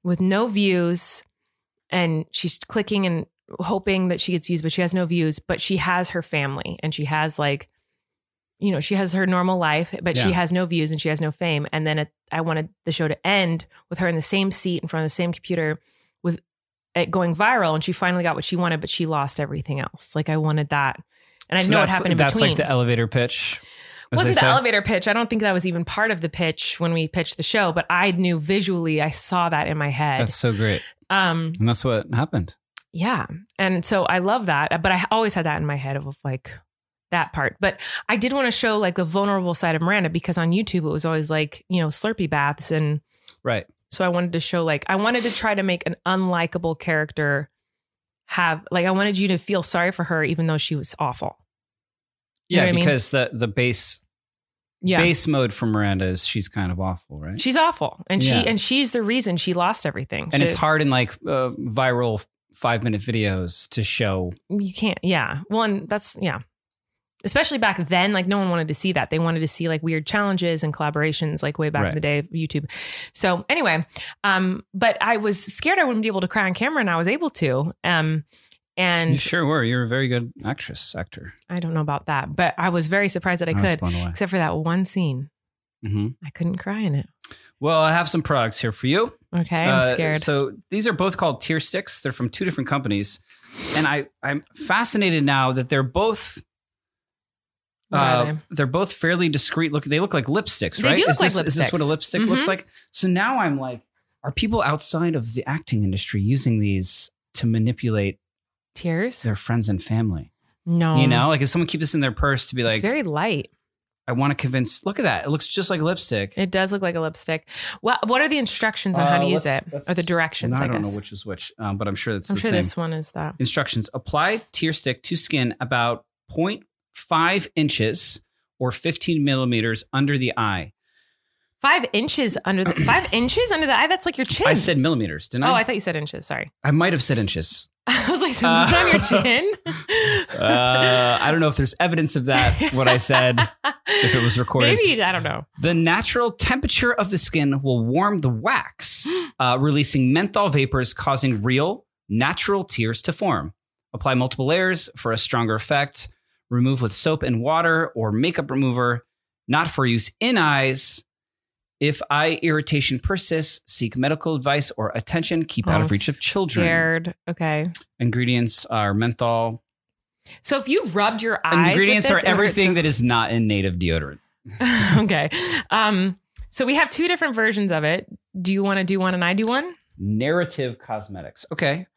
S2: with no views and she's clicking and hoping that she gets views but she has no views but she has her family and she has like you know she has her normal life but she
S3: Yeah.
S2: has no views and she has no fame and then it, i wanted the show to end with her in the same seat in front of the same computer with it going viral and she finally got what she wanted but she lost everything else like i wanted that and i
S3: So
S2: know what
S3: that's-
S2: happened in
S3: That's
S2: between
S3: like the elevator pitch. as
S2: wasn't the
S3: they say.
S2: elevator pitch. I don't think that was even part of the pitch when we pitched the show, but I knew visually I saw that in my head.
S3: That's so great.
S2: um
S3: And that's what happened.
S2: yeah. And so I love that, but I always had that in my head of like that part. But I did want to show like the vulnerable side of Miranda because on YouTube it was always like, you know, slurpee baths and
S3: Right.
S2: so I wanted to show like I wanted to try to make an unlikable character have like I wanted you to feel sorry for her even though she was awful. You know
S3: Yeah.
S2: what I mean?
S3: because the, the base,
S2: Yeah.
S3: base mode for Miranda is she's kind of awful, right?
S2: She's awful. And
S3: Yeah.
S2: she and she's the reason she lost everything.
S3: and
S2: She-
S3: it's hard in like uh, viral five minute videos to show
S2: you can't yeah one that's yeah especially back then like no one wanted to see that they wanted to see like weird challenges and collaborations like way back in
S3: Right.
S2: the day of youtube so anyway um but i was scared i wouldn't be able to cry on camera and i was able to um
S3: You
S2: and
S3: sure were. You're a very good actress, actor.
S2: i don't know about that but i was very surprised that i
S3: was
S2: could
S3: blown away.
S2: except for that one scene
S3: Mhm.
S2: i couldn't cry in it
S3: Well, I have some products here for you.
S2: okay i'm
S3: Uh,
S2: scared
S3: So these are both called tear sticks. They're from two different companies, and I I'm fascinated now that they're both.
S2: What are
S3: Uh,
S2: they?
S3: they? are both fairly discreet looking. They look like lipsticks,
S2: They
S3: right?
S2: do
S3: is,
S2: look
S3: this,
S2: like
S3: is this what a
S2: lipsticks.
S3: lipstick
S2: Mhm.
S3: looks like? So now I'm like, are people outside of the acting industry using these to manipulate
S2: tears
S3: their friends and family?
S2: no
S3: you know, like, is someone keep this in their purse to be
S2: Oh. it's
S3: like,
S2: very light
S3: I want to convince? Look at that. It looks just like lipstick.
S2: It does look like a lipstick. What What are the instructions on how to
S3: Uh,
S2: use it,
S3: let's- let's-
S2: or the directions?
S3: Now
S2: I,
S3: I don't
S2: guess.
S3: know which is which, um, but I'm sure it's
S2: I'm
S3: the
S2: sure
S3: same.
S2: this one is that.
S3: instructions apply tear stick to skin about 0.5 inches or 15 millimeters under the eye
S2: Five inches under the five inches under the eye. That's like your chin.
S3: i said millimeters didn't
S2: oh,
S3: i
S2: I thought you said inches. Sorry,
S3: i might have said inches
S2: I was like, so
S3: Uh,
S2: put on your chin.
S3: uh, i don't know if there's evidence of that what i said if it was recorded
S2: Maybe I don't know.
S3: the natural temperature of the skin will warm the wax uh, releasing menthol vapors causing real natural tears to form Apply multiple layers for a stronger effect. Remove with soap and water or makeup remover, not for use in eyes. If eye irritation persists, seek medical advice or attention. Keep out
S2: Oh,
S3: of reach of children.
S2: Scared. Okay.
S3: Ingredients are menthol.
S2: So if you rubbed your eyes, with
S3: Ingredients
S2: this,
S3: are
S2: it hurts
S3: everything that is not in native deodorant.
S2: so- okay. Um. So we have two different versions of it. Do you want to do one and I do one?
S3: narrative cosmetics. Okay.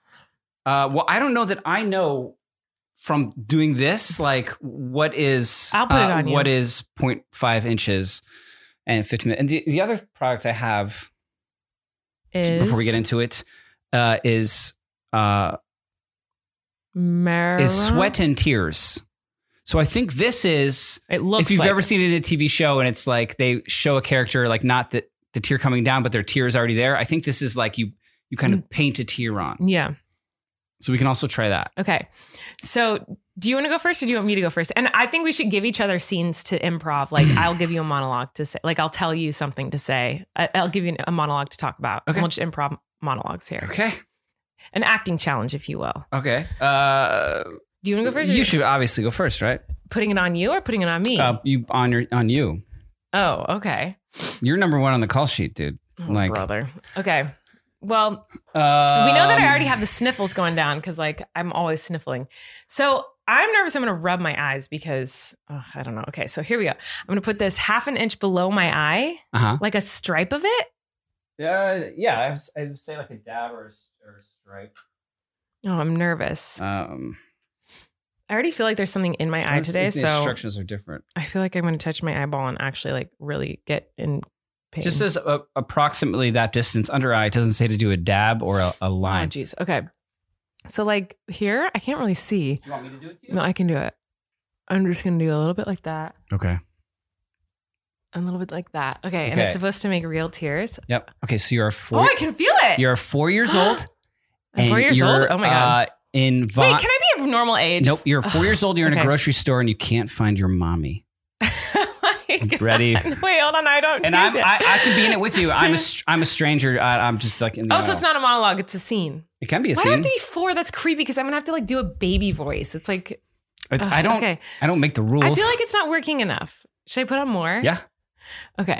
S3: Uh, well, I don't know that I know from doing this, like what is
S2: I'll put it
S3: uh,
S2: on you.
S3: what is 0.5 inches and 15 minutes. And the, the other product I have
S2: Is
S3: before we get into it uh, is uh,
S2: Mara?
S3: is sweat and tears. So I think this is
S2: It looks.
S3: if you've
S2: like
S3: ever seen it in a TV show and it's like they show a character like not the, the tear coming down, but their tear is already there. I think this is like you you kind of paint a tear on.
S2: Yeah.
S3: So we can also try that.
S2: Okay. So do you want to go first or do you want me to go first? And I think we should give each other scenes to improv. Like I'll give you a monologue to say, like I'll tell you something to say. I, I'll give you a monologue to talk about.
S3: Okay.
S2: We'll just improv monologues here.
S3: Okay.
S2: An acting challenge, if you will.
S3: Okay. Uh,
S2: Do you want to go first?
S3: you should obviously go first, right?
S2: Putting it on you or putting it on me?
S3: Uh, you on your on you.
S2: oh, okay.
S3: You're number one on the call sheet, dude.
S2: Oh,
S3: Like-
S2: brother. Okay. Well,
S3: Uh,
S2: we know that I already have the sniffles going down because like I'm always sniffling. So I'm nervous. I'm going to rub my eyes because oh, I don't know. Okay. So here we go. I'm going to put this half an inch below my eye.
S3: Uh huh.
S2: like a stripe of it.
S3: Yeah, yeah. I was, I'd say like a dab or a, or a stripe.
S2: Oh, I'm nervous.
S3: Um,
S2: I already feel like there's something in my eye today,
S3: the
S2: so
S3: instructions are different.
S2: I feel like I'm going to touch my eyeball and actually like really get in pain. Oh,
S3: Just says uh, approximately that distance under eye. It doesn't say to do a dab or a, a
S2: oh,
S3: line.
S2: jeez. Okay. So like here, I can't really see.
S3: you want me to do it to
S2: No, I can do it. I'm just going to do a little bit like that,
S3: Okay.
S2: a little bit like that. Okay, and
S3: Okay.
S2: it's supposed to make real tears.
S3: Yep. Okay. So you're a four.
S2: Oh, I can feel it.
S3: you're four years old.
S2: I'm four
S3: and
S2: years old.
S3: you're,
S2: Oh my god.
S3: Uh, in Von-
S2: Wait, can I be of normal age?
S3: Nope, you're four years old. You're in a
S2: Okay.
S3: grocery store and you can't find your mommy.
S2: Oh my God.
S3: Ready?
S2: Wait, hold on. I don't.
S3: And
S2: choose
S3: I'm,
S2: it.
S3: I, I can be in it with you. I'm a, str- I'm a stranger. I, I'm just like in the
S2: Oh, so it's
S3: aisle.
S2: not a monologue. It's a scene.
S3: It can be
S2: Why
S3: a
S2: do I have
S3: scene.
S2: to be four? That's creepy because I'm gonna have to like do a baby voice. It's like
S3: It's-
S2: ugh,
S3: I don't.
S2: Okay,
S3: I don't make the rules.
S2: I feel like it's not working enough. Should I put on more?
S3: Yeah.
S2: Okay,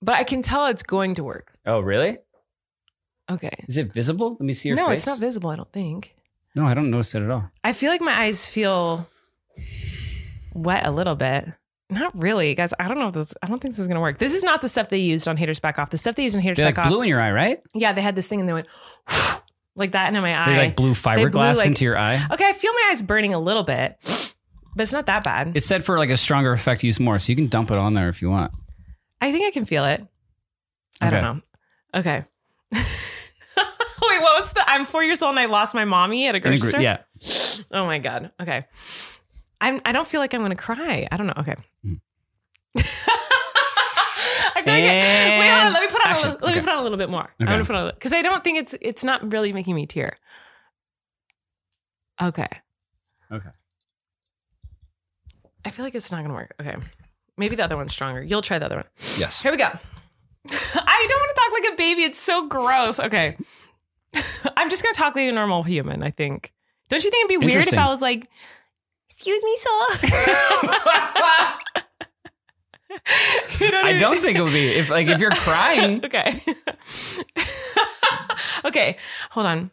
S2: but I can tell it's going to work.
S3: Oh, really?
S2: Okay.
S3: Is it visible? Let me see your
S2: no,
S3: face.
S2: it's not visible. I don't think.
S3: No, I don't notice it at all.
S2: I feel like my eyes feel wet a little bit. Not really, guys. I don't know if this. I don't think this is gonna work. This is not the stuff they used on Haters Back Off. The stuff they used on Haters
S3: They like
S2: Back Off.
S3: blew in your eye, right?
S2: Yeah, they had this thing and they went like that into my eye.
S3: They like
S2: blew,
S3: blew fiberglass
S2: like-
S3: into your eye.
S2: Okay, I feel my eyes burning a little bit, but it's not that bad.
S3: It said for like a stronger effect, use more. So you can dump it on there if you want.
S2: I think I can feel it. I don't
S3: Okay.
S2: know. Okay. Wait, what was the? I'm four years old and I lost my mommy at a grocery store.
S3: yeah.
S2: Oh my god. Okay. I'm. I don't feel like I'm gonna cry. I don't know. Okay. I feel like. I- Wait, hold on, let me put on.
S3: action.
S2: A little, Let
S3: Okay.
S2: me put on a little bit more. I'm
S3: Okay.
S2: gonna put on because I don't think it's it's not really making me tear. Okay.
S3: Okay.
S2: I feel like it's not gonna work. Okay. Maybe the other one's stronger. You'll try the other one.
S3: Yes.
S2: Here we go. I don't want to talk like a baby. It's so gross. Okay. I'm just going to talk like a normal human, I think. Don't you think it'd be weird if
S3: Interesting.
S2: I was like, excuse me, sir? You know what
S3: I
S2: mean?
S3: don't think it would be if like if you're crying.
S2: Okay. okay. Hold on.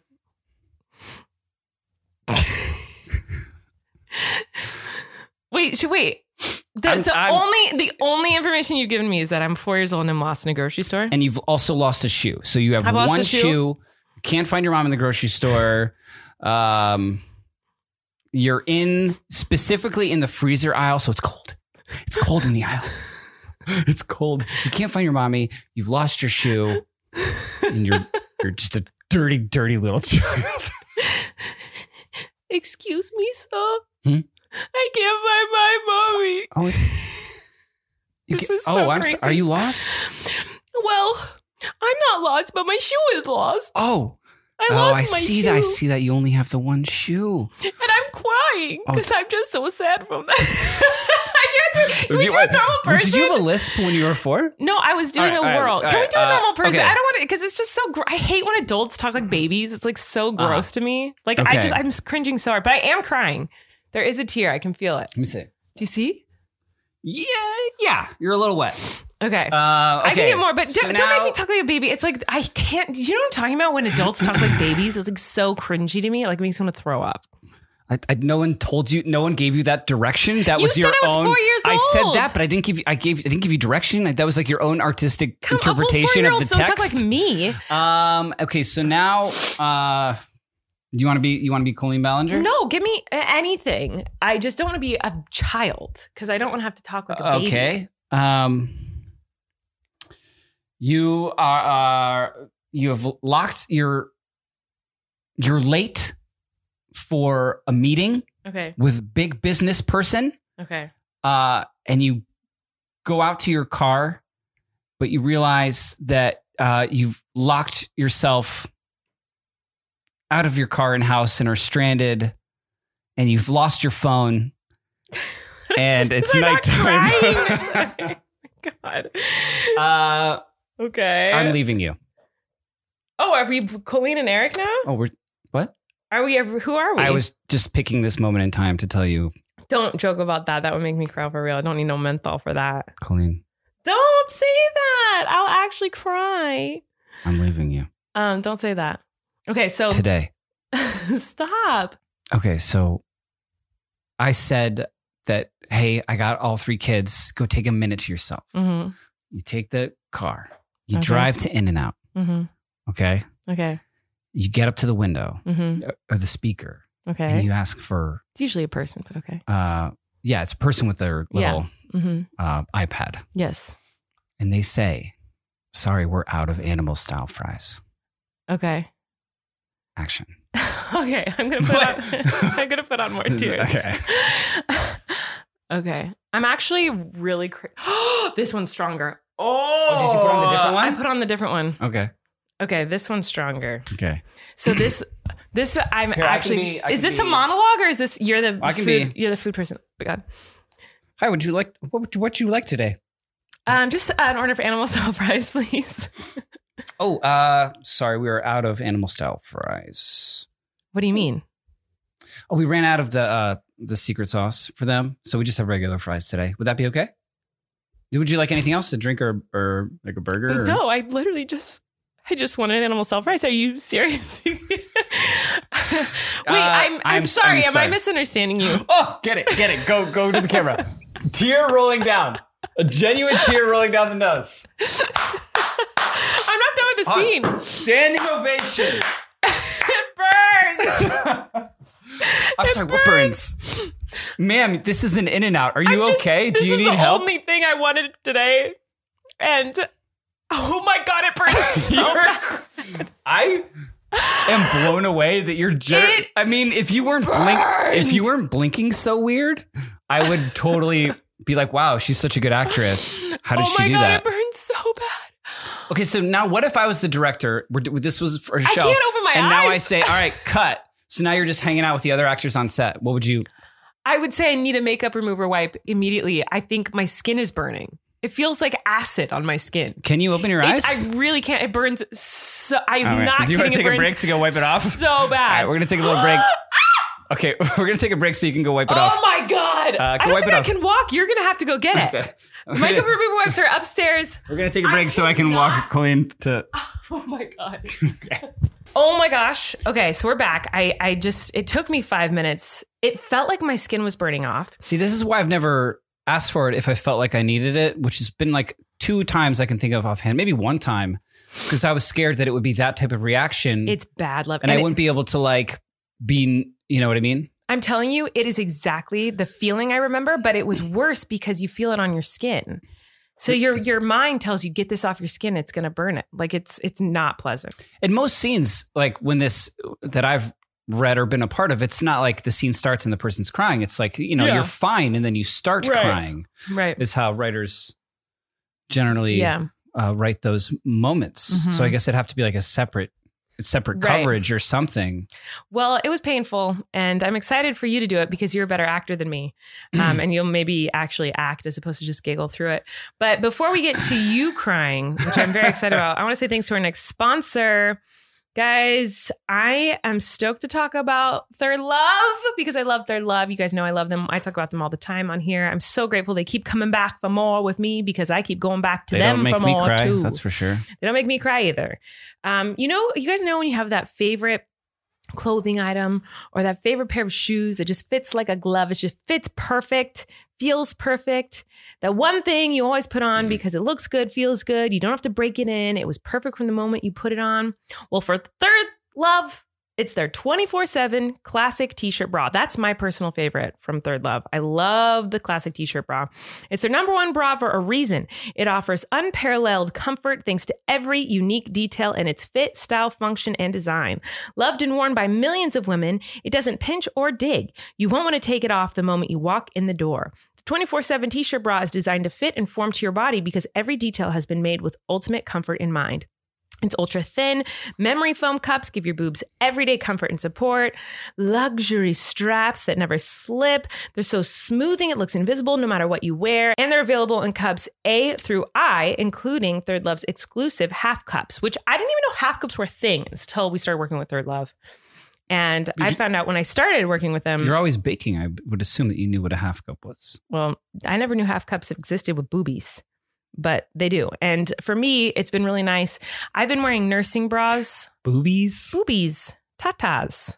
S2: wait, should wait.
S3: I'm-
S2: That's the
S3: I'm-
S2: only the only information you've given me is that I'm four years old and I'm lost in a grocery store.
S3: and you've also lost a shoe. So you have
S2: I've lost
S3: one
S2: a shoe?
S3: shoe. Can't find your mom in the grocery store. Um, you're in specifically in the freezer aisle, so it's cold. It's cold in the aisle. It's cold. You can't find your mommy. You've lost your shoe, and you're you're just a dirty, dirty little child.
S2: Excuse me, sir.
S3: Hmm?
S2: I can't find my mommy.
S3: Oh, you
S2: This
S3: can't-
S2: is
S3: oh,
S2: so
S3: I'm. So, are
S2: creepy.
S3: you lost?
S2: Well, I'm not lost, but my shoe is lost.
S3: Oh,
S2: I
S3: oh,
S2: lost
S3: I
S2: my
S3: see
S2: shoe.
S3: that. I see that you only have the one shoe.
S2: And I'm crying
S3: Oh.
S2: because I'm just so sad from that. I can't do. Can we do a normal person?
S3: Did you have a lisp when you were four?
S2: no, I was doing
S3: All right, all
S2: a
S3: right,
S2: world.
S3: all
S2: Can we
S3: right,
S2: do a
S3: uh,
S2: normal person?
S3: okay.
S2: I don't want to because it's just so. Gr- I hate when adults talk like babies. It's like so gross to me. Like
S3: Ah. Okay.
S2: I just I'm cringing so hard, but I am crying. There is a tear. I can feel it.
S3: Let me see.
S2: Do you see?
S3: Yeah, yeah. You're a little wet.
S2: Okay.
S3: Uh, okay.
S2: I can get more, but
S3: So
S2: don't,
S3: now-
S2: don't make me talk like a baby. It's like I can't. You know what I'm talking about when adults talk like babies? It's like so cringy to me. It like makes me want to throw up.
S3: I, I, no one told you. No one gave you that direction. That
S2: You
S3: was
S2: said
S3: your
S2: I was
S3: own.
S2: four years
S3: I said
S2: old.
S3: that, but I didn't give. You, I gave. I didn't give you direction. I, that was like your own artistic
S2: Come on, well,
S3: interpretation of the
S2: four-year-olds
S3: text.
S2: Don't talk like me.
S3: um. Okay. So now, uh, do you want to be? You want to be Colleen Ballinger?
S2: No, give me a- anything. I just don't want to be a child because I don't want to have to talk like a baby.
S3: Okay. Um. You are. Uh, you have locked your. You're late for a meeting
S2: Okay.
S3: with big business person.
S2: Okay.
S3: uh, and you go out to your car, but you realize that uh, you've locked yourself out of your car and house and are stranded, and you've lost your phone, and it's
S2: I'm not
S3: nighttime.
S2: crying. Oh God.
S3: uh,
S2: Okay.
S3: I'm leaving you.
S2: oh, are we Colleen and Eric now?
S3: Oh, we're.
S2: Are we? ever- Who are we?
S3: I was just picking this moment in time to tell you,
S2: Don't joke about that. That would make me cry for real. I don't need no menthol for that.
S3: Colleen.
S2: Don't say that. I'll actually cry.
S3: I'm leaving you
S2: Um, don't say that. Okay, so
S3: today.
S2: stop.
S3: Okay, so I said that, hey, I got all three kids. Go take a minute to yourself.
S2: hmm
S3: You take the car, you
S2: Okay.
S3: drive to In and Out.
S2: hmm
S3: Okay.
S2: Okay.
S3: You get up to the window
S2: hmm
S3: or the speaker and
S2: Okay.
S3: you ask for,
S2: it's usually a person, but okay.
S3: uh, yeah, it's a person with their little
S2: hmm
S3: uh, iPad.
S2: Yes.
S3: And they say, sorry, we're out of animal style fries.
S2: Okay.
S3: Action.
S2: okay. I'm gonna put
S3: What?
S2: on. I'm gonna put on more
S3: This is-
S2: tears.
S3: okay.
S2: okay. I'm actually really. Cra- this one's stronger. Oh,
S3: Oh, did you put on the different one?
S2: I put on the different one.
S3: Okay.
S2: Okay, this one's stronger.
S3: Okay.
S2: So this, this I'm
S3: Here, I can
S2: actually.
S3: be- I
S2: is
S3: can
S2: this a
S3: be-
S2: monologue or is this you're the
S3: I can
S2: food,
S3: be.
S2: you're the food person? Oh my God,
S3: Hi, would you like, what would you, what you like today?
S2: um, just an order for animal style fries, please.
S3: Oh, uh, sorry, we are out of animal style fries.
S2: What do you mean?
S3: Oh, we ran out of the uh, the secret sauce for them, so we just have regular fries today. Would that be okay? Would you like anything else? A drink or, or like a burger? or-
S2: No, I literally just. I just wanted animal style fries. Are you serious? Wait, I'm, I'm,
S3: Uh, I'm s-
S2: sorry.
S3: I'm
S2: Am
S3: sorry.
S2: I misunderstanding you?
S3: Oh, get it, get it. Go, go to the camera. tear rolling down. A genuine tear rolling down the nose.
S2: I'm not done with the scene.
S3: Uh, Standing ovation.
S2: It burns.
S3: I'm sorry, what burns? Ma'am, this is an in and out. Are you
S2: just-
S3: okay? Do
S2: this
S3: you
S2: is
S3: need
S2: the
S3: help?
S2: Only thing I wanted today, and oh my god, it burns so
S3: You're-
S2: bad.
S3: I am blown away that you're. Jer-
S2: It
S3: I mean, if you weren't blink, if you
S2: burns.
S3: weren't blinking so weird, I would totally be like, "Wow, she's such a good actress. How did
S2: oh
S3: she
S2: my
S3: do
S2: god,
S3: that?"
S2: it burns so bad.
S3: okay, so now what if I was the director? We're, do- this was for a show.
S2: can't open my
S3: and now I
S2: eyes.
S3: say, "All right, cut." So now you're just hanging out with the other actors on set. What would you?
S2: I would say I need a makeup remover wipe immediately. I think my skin is burning. It feels like acid on my skin.
S3: Can you open your eyes?
S2: It, I really can't. It burns so. I'm
S3: All right.
S2: not
S3: Do
S2: kidding.
S3: you want to
S2: it
S3: take a
S2: burns
S3: break to go wipe it off?
S2: So
S3: All
S2: bad.
S3: right, we're gonna take a little break. okay, we're gonna take a break so you can go wipe it
S2: oh
S3: off.
S2: my god!
S3: Uh,
S2: I
S3: go
S2: don't
S3: wipe
S2: think
S3: it
S2: I
S3: off.
S2: can walk. You're gonna have to go get it. Makeup remover wipes are upstairs.
S3: We're gonna take a
S2: I
S3: break so I can walk Colleen to.
S2: Oh my god. oh my gosh. Okay, so we're back. I I just it took me 5 minutes. It felt like my skin was burning off.
S3: See, this is why I've never asked for it if I felt like I needed it, which has been like two times I can think of offhand, maybe one time, because I was scared that it would be that type of reaction,
S2: It's bad love.
S3: Mm. and, I
S2: it-
S3: wouldn't be able to like be, you know what I mean?
S2: I'm telling you, it is exactly the feeling I remember, but it was worse because you feel it on your skin. So your your mind tells you get this off your skin, it's going to burn it. Like it's it's not pleasant.
S3: In most scenes, like when this that I've read or been a part of, it's not like the scene starts and the person's crying. It's like you know
S2: Yeah.
S3: you're fine, and then you start
S2: Right.
S3: crying.
S2: Right.
S3: Is how writers generally
S2: Yeah.
S3: uh, write those moments. So
S2: Mhm.
S3: I guess it'd have to be like a separate separate
S2: Right.
S3: coverage or something.
S2: Well, it was painful, and I'm excited for you to do it because you're a better actor than me, um, and you'll maybe actually act as opposed to just giggle through it. But before we get to you crying, which I'm very excited about, I want to say thanks to our next sponsor. Guys, I am stoked to talk about Third Love because I love Third Love. You guys know I love them. I talk about them all the time on here. I'm so grateful they keep coming back for more with me because I keep going back to
S3: They
S2: them
S3: don't make
S2: for
S3: me
S2: more
S3: cry.
S2: too.
S3: That's for sure.
S2: They don't make me cry either. Um, you know, you guys know when you have that favorite clothing item or that favorite pair of shoes that just fits like a glove. It just fits perfect, feels perfect. That one thing you always put on because it looks good, feels good. You don't have to break it in. It was perfect from the moment you put it on. Well, for Third Love, it's their 24 7 classic t shirt bra. That's my personal favorite from Third Love. I love the classic t shirt bra. It's their number one bra for a reason. It offers unparalleled comfort thanks to every unique detail in its fit, style, function, and design. Loved and worn by millions of women, it doesn't pinch or dig. You won't want to take it off the moment you walk in the door. The 24 7 t shirt bra is designed to fit and form to your body because every detail has been made with ultimate comfort in mind. It's ultra thin. Memory foam cups give your boobs everyday comfort and support. Luxury straps that never slip. They're so smoothing, it looks invisible no matter what you wear. And they're available in cups A through I, including Third Love's exclusive half cups, which I didn't even know half cups were things until we started working with Third Love. And I found out when I started working with them.
S3: You're always baking. I would assume that you knew what a half cup was.
S2: Well, I never knew half cups existed with boobies, but they do. And for me, it's been really nice. I've been wearing nursing bras,
S3: Boobies.
S2: boobies, tatas.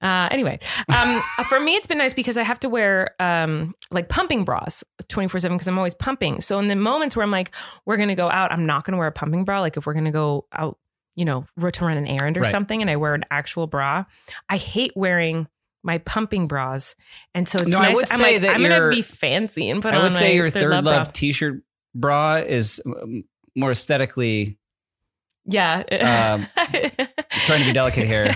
S2: Uh, anyway, um, for me, it's been nice because I have to wear um, like pumping bras 24 7 because I'm always pumping. So, in the moments where I'm like, we're going to go out, I'm not going to wear a pumping bra. Like, if we're going to go out, you know, ro- to run an errand or
S3: Right.
S2: something and I wear an actual bra, I hate wearing my pumping bras. And so it's
S3: No, I
S2: nice.
S3: would
S2: I'm
S3: say
S2: like,
S3: that
S2: I'm going to
S3: your-
S2: be fancy and put
S3: I
S2: on
S3: would say
S2: my
S3: your
S2: Third
S3: third love,
S2: bra.
S3: t-shirt bra is um, more aesthetically
S2: Yeah.
S3: um, trying to be delicate here.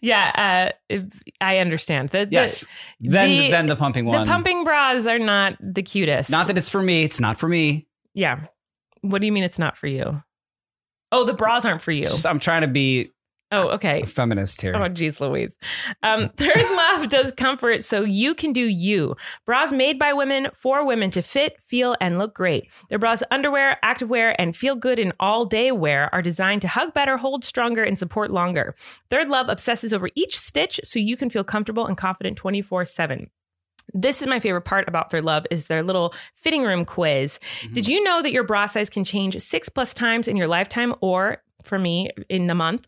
S2: yeah, uh, I understand. The, the-
S3: Yes. Then
S2: the-
S3: then the pumping
S2: the,
S3: one.
S2: pumping bras are not the cutest.
S3: Not that it's for me. It's not for me.
S2: Yeah. What do you mean it's not for you? Oh, the bras aren't for you.
S3: Just- I'm trying to be
S2: Oh, okay.
S3: a feminist here.
S2: Oh, geez, Louise. Um, Third Love does comfort so you can do you. Bras made by women for women to fit, feel, and look great. Their bras, underwear, activewear, and feel good in all day wear are designed to hug better, hold stronger, and support longer. Third Love obsesses over each stitch so you can feel comfortable and confident 24 7. This is my favorite part about Third Love is their little fitting room quiz. Did you know that your bra size can change six plus times in your lifetime or for me in a month?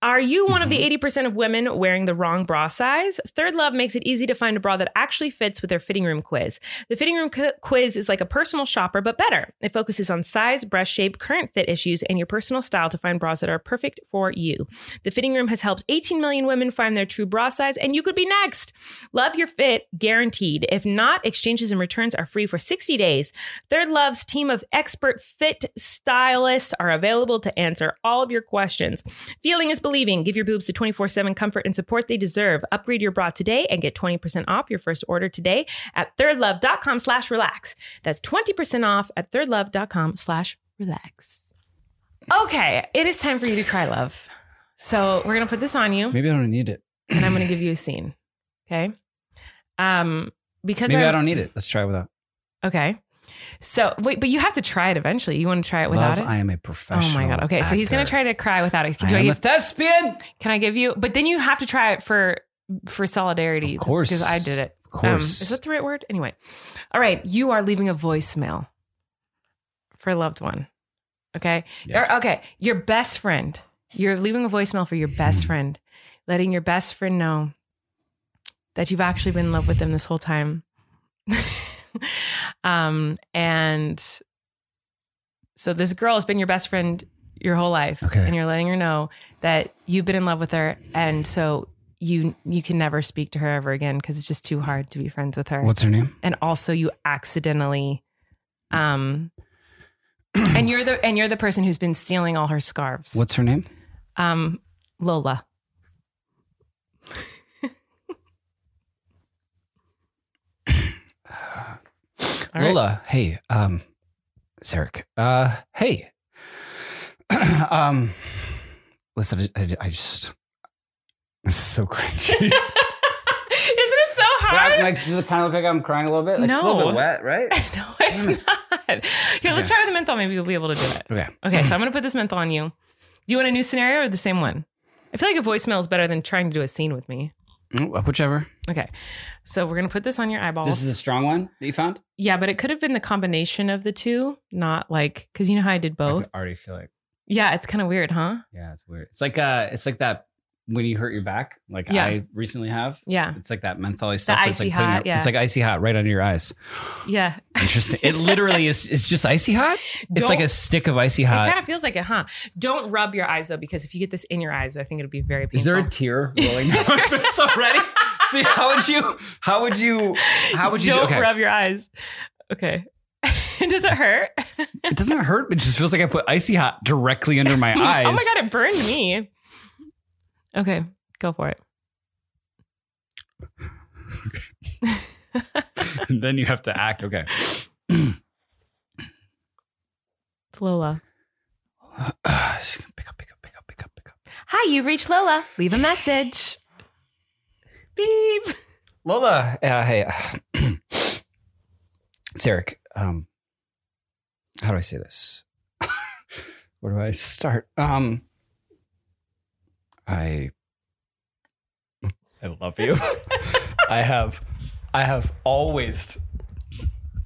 S2: Are you one of the 80% of women wearing the wrong bra size? Third Love makes it easy to find a bra that actually fits with their fitting room quiz. The fitting room cu- quiz is like a personal shopper, but better. It focuses on size, breast shape, current fit issues, and your personal style to find bras that are perfect for you. The fitting room has helped 18 million women find their true bra size, and you could be next. Love your fit, guaranteed. If not, exchanges and returns are free for 60 days. Third Love's team of expert fit stylists are available to answer all of your questions. Feeling is believing. Give your boobs the 24 7 comfort and support they deserve. Upgrade your bra today and get 20% off your first order today at thirdlove.com slash relax. That's 20% off at thirdlove.com slash relax. Okay, it is time for you to cry, love. So we're going to put this on you
S3: Maybe I don't need it.
S2: and I'm going to give you a scene. Okay. Um, because
S3: Maybe
S2: I'm-
S3: I don't need it. Let's try without.
S2: Okay. So wait, but you have to try it eventually. You want to try it without
S3: Love, I
S2: it?
S3: am a
S2: Oh
S3: professional.
S2: my god. Okay, so he's gonna
S3: actor.
S2: try to cry without it. Um,
S3: I
S2: Do I,
S3: am a
S2: give,
S3: thespian.
S2: can I give you? But then you have to try it for for solidarity.
S3: Of course.
S2: because I did it. Um,
S3: Of course.
S2: is that the right word? Anyway, all right. You are leaving a voicemail for a loved one. Okay.
S3: Yes.
S2: Or- okay. Your best friend. You're leaving a voicemail for your
S3: Hmm.
S2: best friend, letting your best friend know that you've actually been in love with them this whole time. um, and so this girl has been your best friend your whole life,
S3: Okay.
S2: and you're letting her know that you've been in love with her, and so you you can never speak to her ever again because it's just too hard to be friends with her.
S3: What's her name?
S2: and also you accidentally,
S3: Mm.
S2: um, and you're the and you're the person who's been stealing all her scarves.
S3: What's her name?
S2: Um, Lola. All right.
S3: Lola, hey, um, Zarek, uh, hey, um, Listen, I, I, I just this is so cringy.
S2: it so hard?
S3: Like, does it kind of look like I'm crying a little bit? Like, It's a little
S2: No.
S3: bit wet, right?
S2: no, it's not. Here, let's
S3: Okay.
S2: try with the menthol. Maybe you'll be able to do it.
S3: Okay.
S2: Okay, so I'm gonna put this menthol on you. Do you want a new scenario or the same one? I feel like a voicemail is better than trying to do a scene with me.
S3: Mm, Whichever.
S2: Okay, so we're gonna put this on your eyeballs.
S3: This is a strong one that you found?
S2: yeah, but it could have been the combination of the two, not like because you know how I did both.
S3: I already feel like,
S2: Yeah, it's kind of weird, huh?
S3: yeah, it's weird. It's like uh it's like that when you hurt your back, like
S2: Yeah.
S3: I recently have.
S2: Yeah,
S3: It's like that menthol stuff. where it's
S2: icy
S3: like putting
S2: hot,
S3: your-
S2: yeah.
S3: It's like icy hot right under your eyes.
S2: yeah.
S3: Interesting. it literally is it's just icy hot. it's like
S2: Don't-
S3: a stick of icy
S2: It
S3: hot.
S2: kind of feels like it, huh? Don't rub your eyes though, because if you get this in your eyes, I think it'll be very painful.
S3: Is there a tear rolling down my face already? See, how would you how would you how would you
S2: Don't
S3: do okay.
S2: rub your eyes. Okay. Does it hurt?
S3: It doesn't hurt, but it just feels like I put icy hot directly under my eyes.
S2: Oh my god, it burned me. Okay, go for it.
S3: And then you have to act. Okay.
S2: It's Lola.
S3: Just gonna pick up, pick up, pick up, pick up, pick up.
S2: Hi, you've reached Lola. Leave a message. Beep.
S3: Lola, uh, hey, uh, it's Eric. Um, how do I say this? Where do I start? Um, I, I love you. I have, I have always.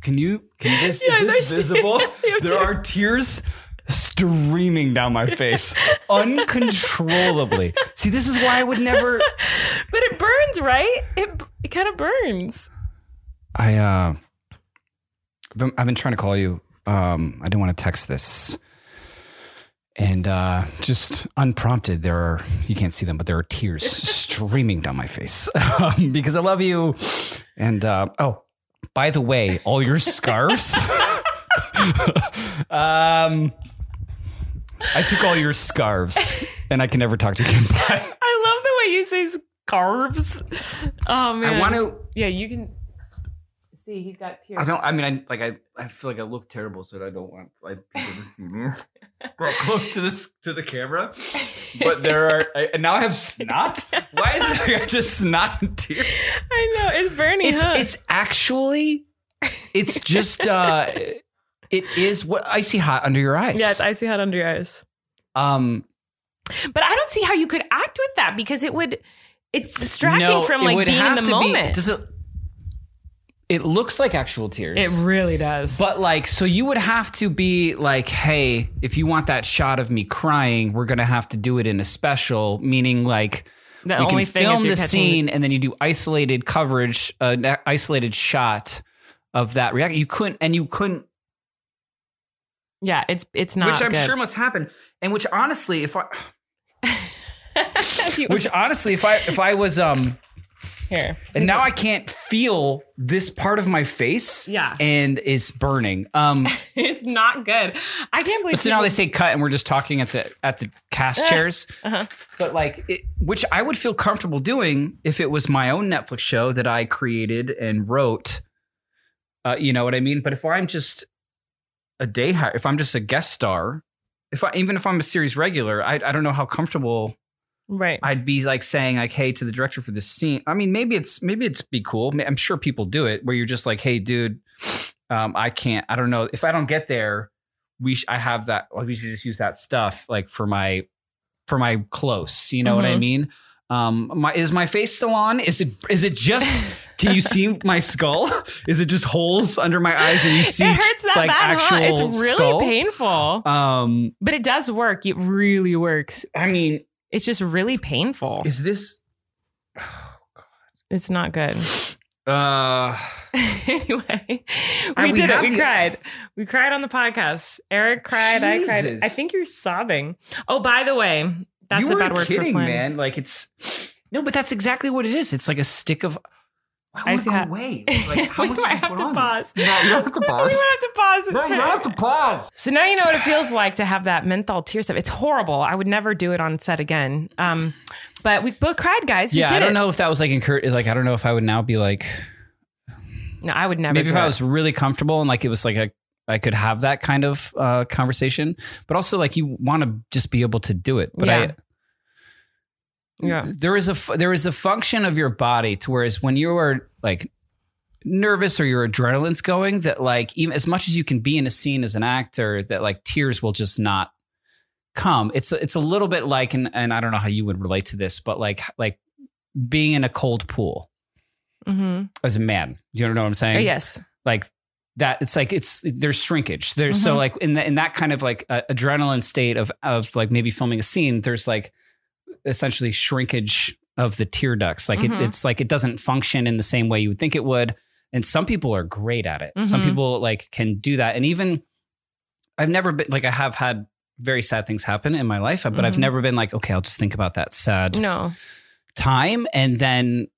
S3: Can you? Can this?
S2: Yeah,
S3: is
S2: there's-
S3: this visible?
S2: You
S3: there
S2: do.
S3: are tears streaming down my face uncontrollably. See, this is why I would never.
S2: But it burns, right? It it kind of burns.
S3: I uh, I've been, I've been trying to call you. Um, I didn't want to text this, and uh, just unprompted, there are you can't see them, but there are tears streaming down my face um, because I love you. And uh, oh, by the way, all your scarves. um, I took all your scarves, and I can never talk to you again. Bye.
S2: I love the way you say scarves. Oh man.
S3: I want to.
S2: Yeah, you can see he's got tears.
S3: I don't. I mean, I like. I. I feel like I look terrible, so I don't want like people to see me. Bro, close to this to the camera, but there are. I, and now I have snot. Why is it just snot and tears?
S2: I know it's burning.
S3: It's
S2: huh?
S3: it's actually, it's just. uh It is what icy hot under your eyes.
S2: yeah, it's icy hot under your eyes.
S3: um.
S2: But I don't see how you could act with that because it would. It's distracting
S3: no,
S2: from
S3: it
S2: like
S3: would
S2: being in
S3: have
S2: the
S3: to be-
S2: moment.
S3: does it? It looks like actual tears.
S2: it really does.
S3: But like, so you would have to be like, hey, if you want that shot of me crying, we're gonna have to do it in a special, meaning like
S2: the
S3: we
S2: only
S3: can
S2: thing is
S3: film
S2: you're
S3: the
S2: catching-
S3: scene and then you do isolated coverage, uh, an isolated shot of that reaction. You couldn't, and you couldn't,
S2: Yeah, it's it's not.
S3: which I'm
S2: good.
S3: sure must happen, and which honestly, if I,
S2: You-
S3: which honestly, if I, if I was, um,
S2: here.
S3: and now I can't feel this part of my face,
S2: Yeah.
S3: and it's burning. Um,
S2: it's not good. I can't believe.
S3: so now
S2: people-
S3: they say cut, and we're just talking at the at the cast chairs.
S2: Uh-huh.
S3: But like, it, which I would feel comfortable doing if it was my own Netflix show that I created and wrote. Uh, you know what I mean? But if I'm just a day hire, if I'm just a guest star, if I even if I'm a series regular, I I don't know how comfortable
S2: right.
S3: I'd be like saying like, hey, to the director for this scene. I mean, maybe it's maybe it's be cool. Ma- I'm sure people do it where you're just like, hey, dude, um, I can't. I don't know if I don't get there. We sh- I have that. Like, we should just use that stuff like for my for my close. You know what I
S2: Mhm.
S3: mean? Um, my is my face still on? Is it is it just? can you see my skull? Is it just holes under my eyes and you see?
S2: it hurts that
S3: like,
S2: bad, huh? It's
S3: actual
S2: really
S3: skull?
S2: painful,
S3: Um,
S2: but it does work. It really works.
S3: I mean,
S2: It's just really painful.
S3: is this?
S2: It's not good.
S3: Uh,
S2: anyway, we
S3: And we
S2: did it.
S3: have
S2: We
S3: to-
S2: cried. We cried on the podcast. Eric cried. I cried.
S3: Jesus.
S2: I think you're sobbing. Oh, by the way, that's
S3: you
S2: a
S3: were
S2: bad word
S3: kidding,
S2: for phlegm.
S3: man. Like it's no, but that's exactly what it is. It's like a stick of. I
S2: I
S3: want
S2: see
S3: to go
S2: how-
S3: away. Like, how
S2: we
S3: much
S2: might
S3: did you
S2: have
S3: put
S2: to
S3: on?
S2: pause.
S3: No, you don't have to
S2: We
S3: pause.
S2: might have to pause.
S3: No, you don't have to pause.
S2: So now you know what it feels like to have that menthol tear stuff. It's horrible. I would never do it on set again. Um, but we both cried, guys. We
S3: Yeah,
S2: did
S3: I don't
S2: it.
S3: know if that was like encourage. Like, I don't know if I would now be like.
S2: No, I would never.
S3: Maybe
S2: do
S3: if I
S2: it.
S3: was really comfortable and like it was like a, I could have that kind of uh, conversation, but also like you want to just be able to do it. But
S2: Yeah.
S3: I,
S2: Yeah.
S3: there is a fu- there is a function of your body to whereas when you are like nervous or your adrenaline's going that like even as much as you can be in a scene as an actor that like tears will just not come it's it's a little bit like and, and i don't know how you would relate to this but like like being in a cold pool
S2: Mm-hmm.
S3: as a man do you know what i'm saying
S2: yes.
S3: like that it's like it's there's shrinkage there's so
S2: Mhm.
S3: like in that in that kind of like uh, adrenaline state of of like maybe filming a scene there's like essentially shrinkage of the tear ducts like
S2: Mhm.
S3: it, it's like it doesn't function in the same way you would think it would and some people are great at it some
S2: Mhm.
S3: people like can do that and even i've never been like i have had very sad things happen in my life but i've
S2: Mhm.
S3: never been like okay i'll just think about that sad
S2: No.
S3: time and then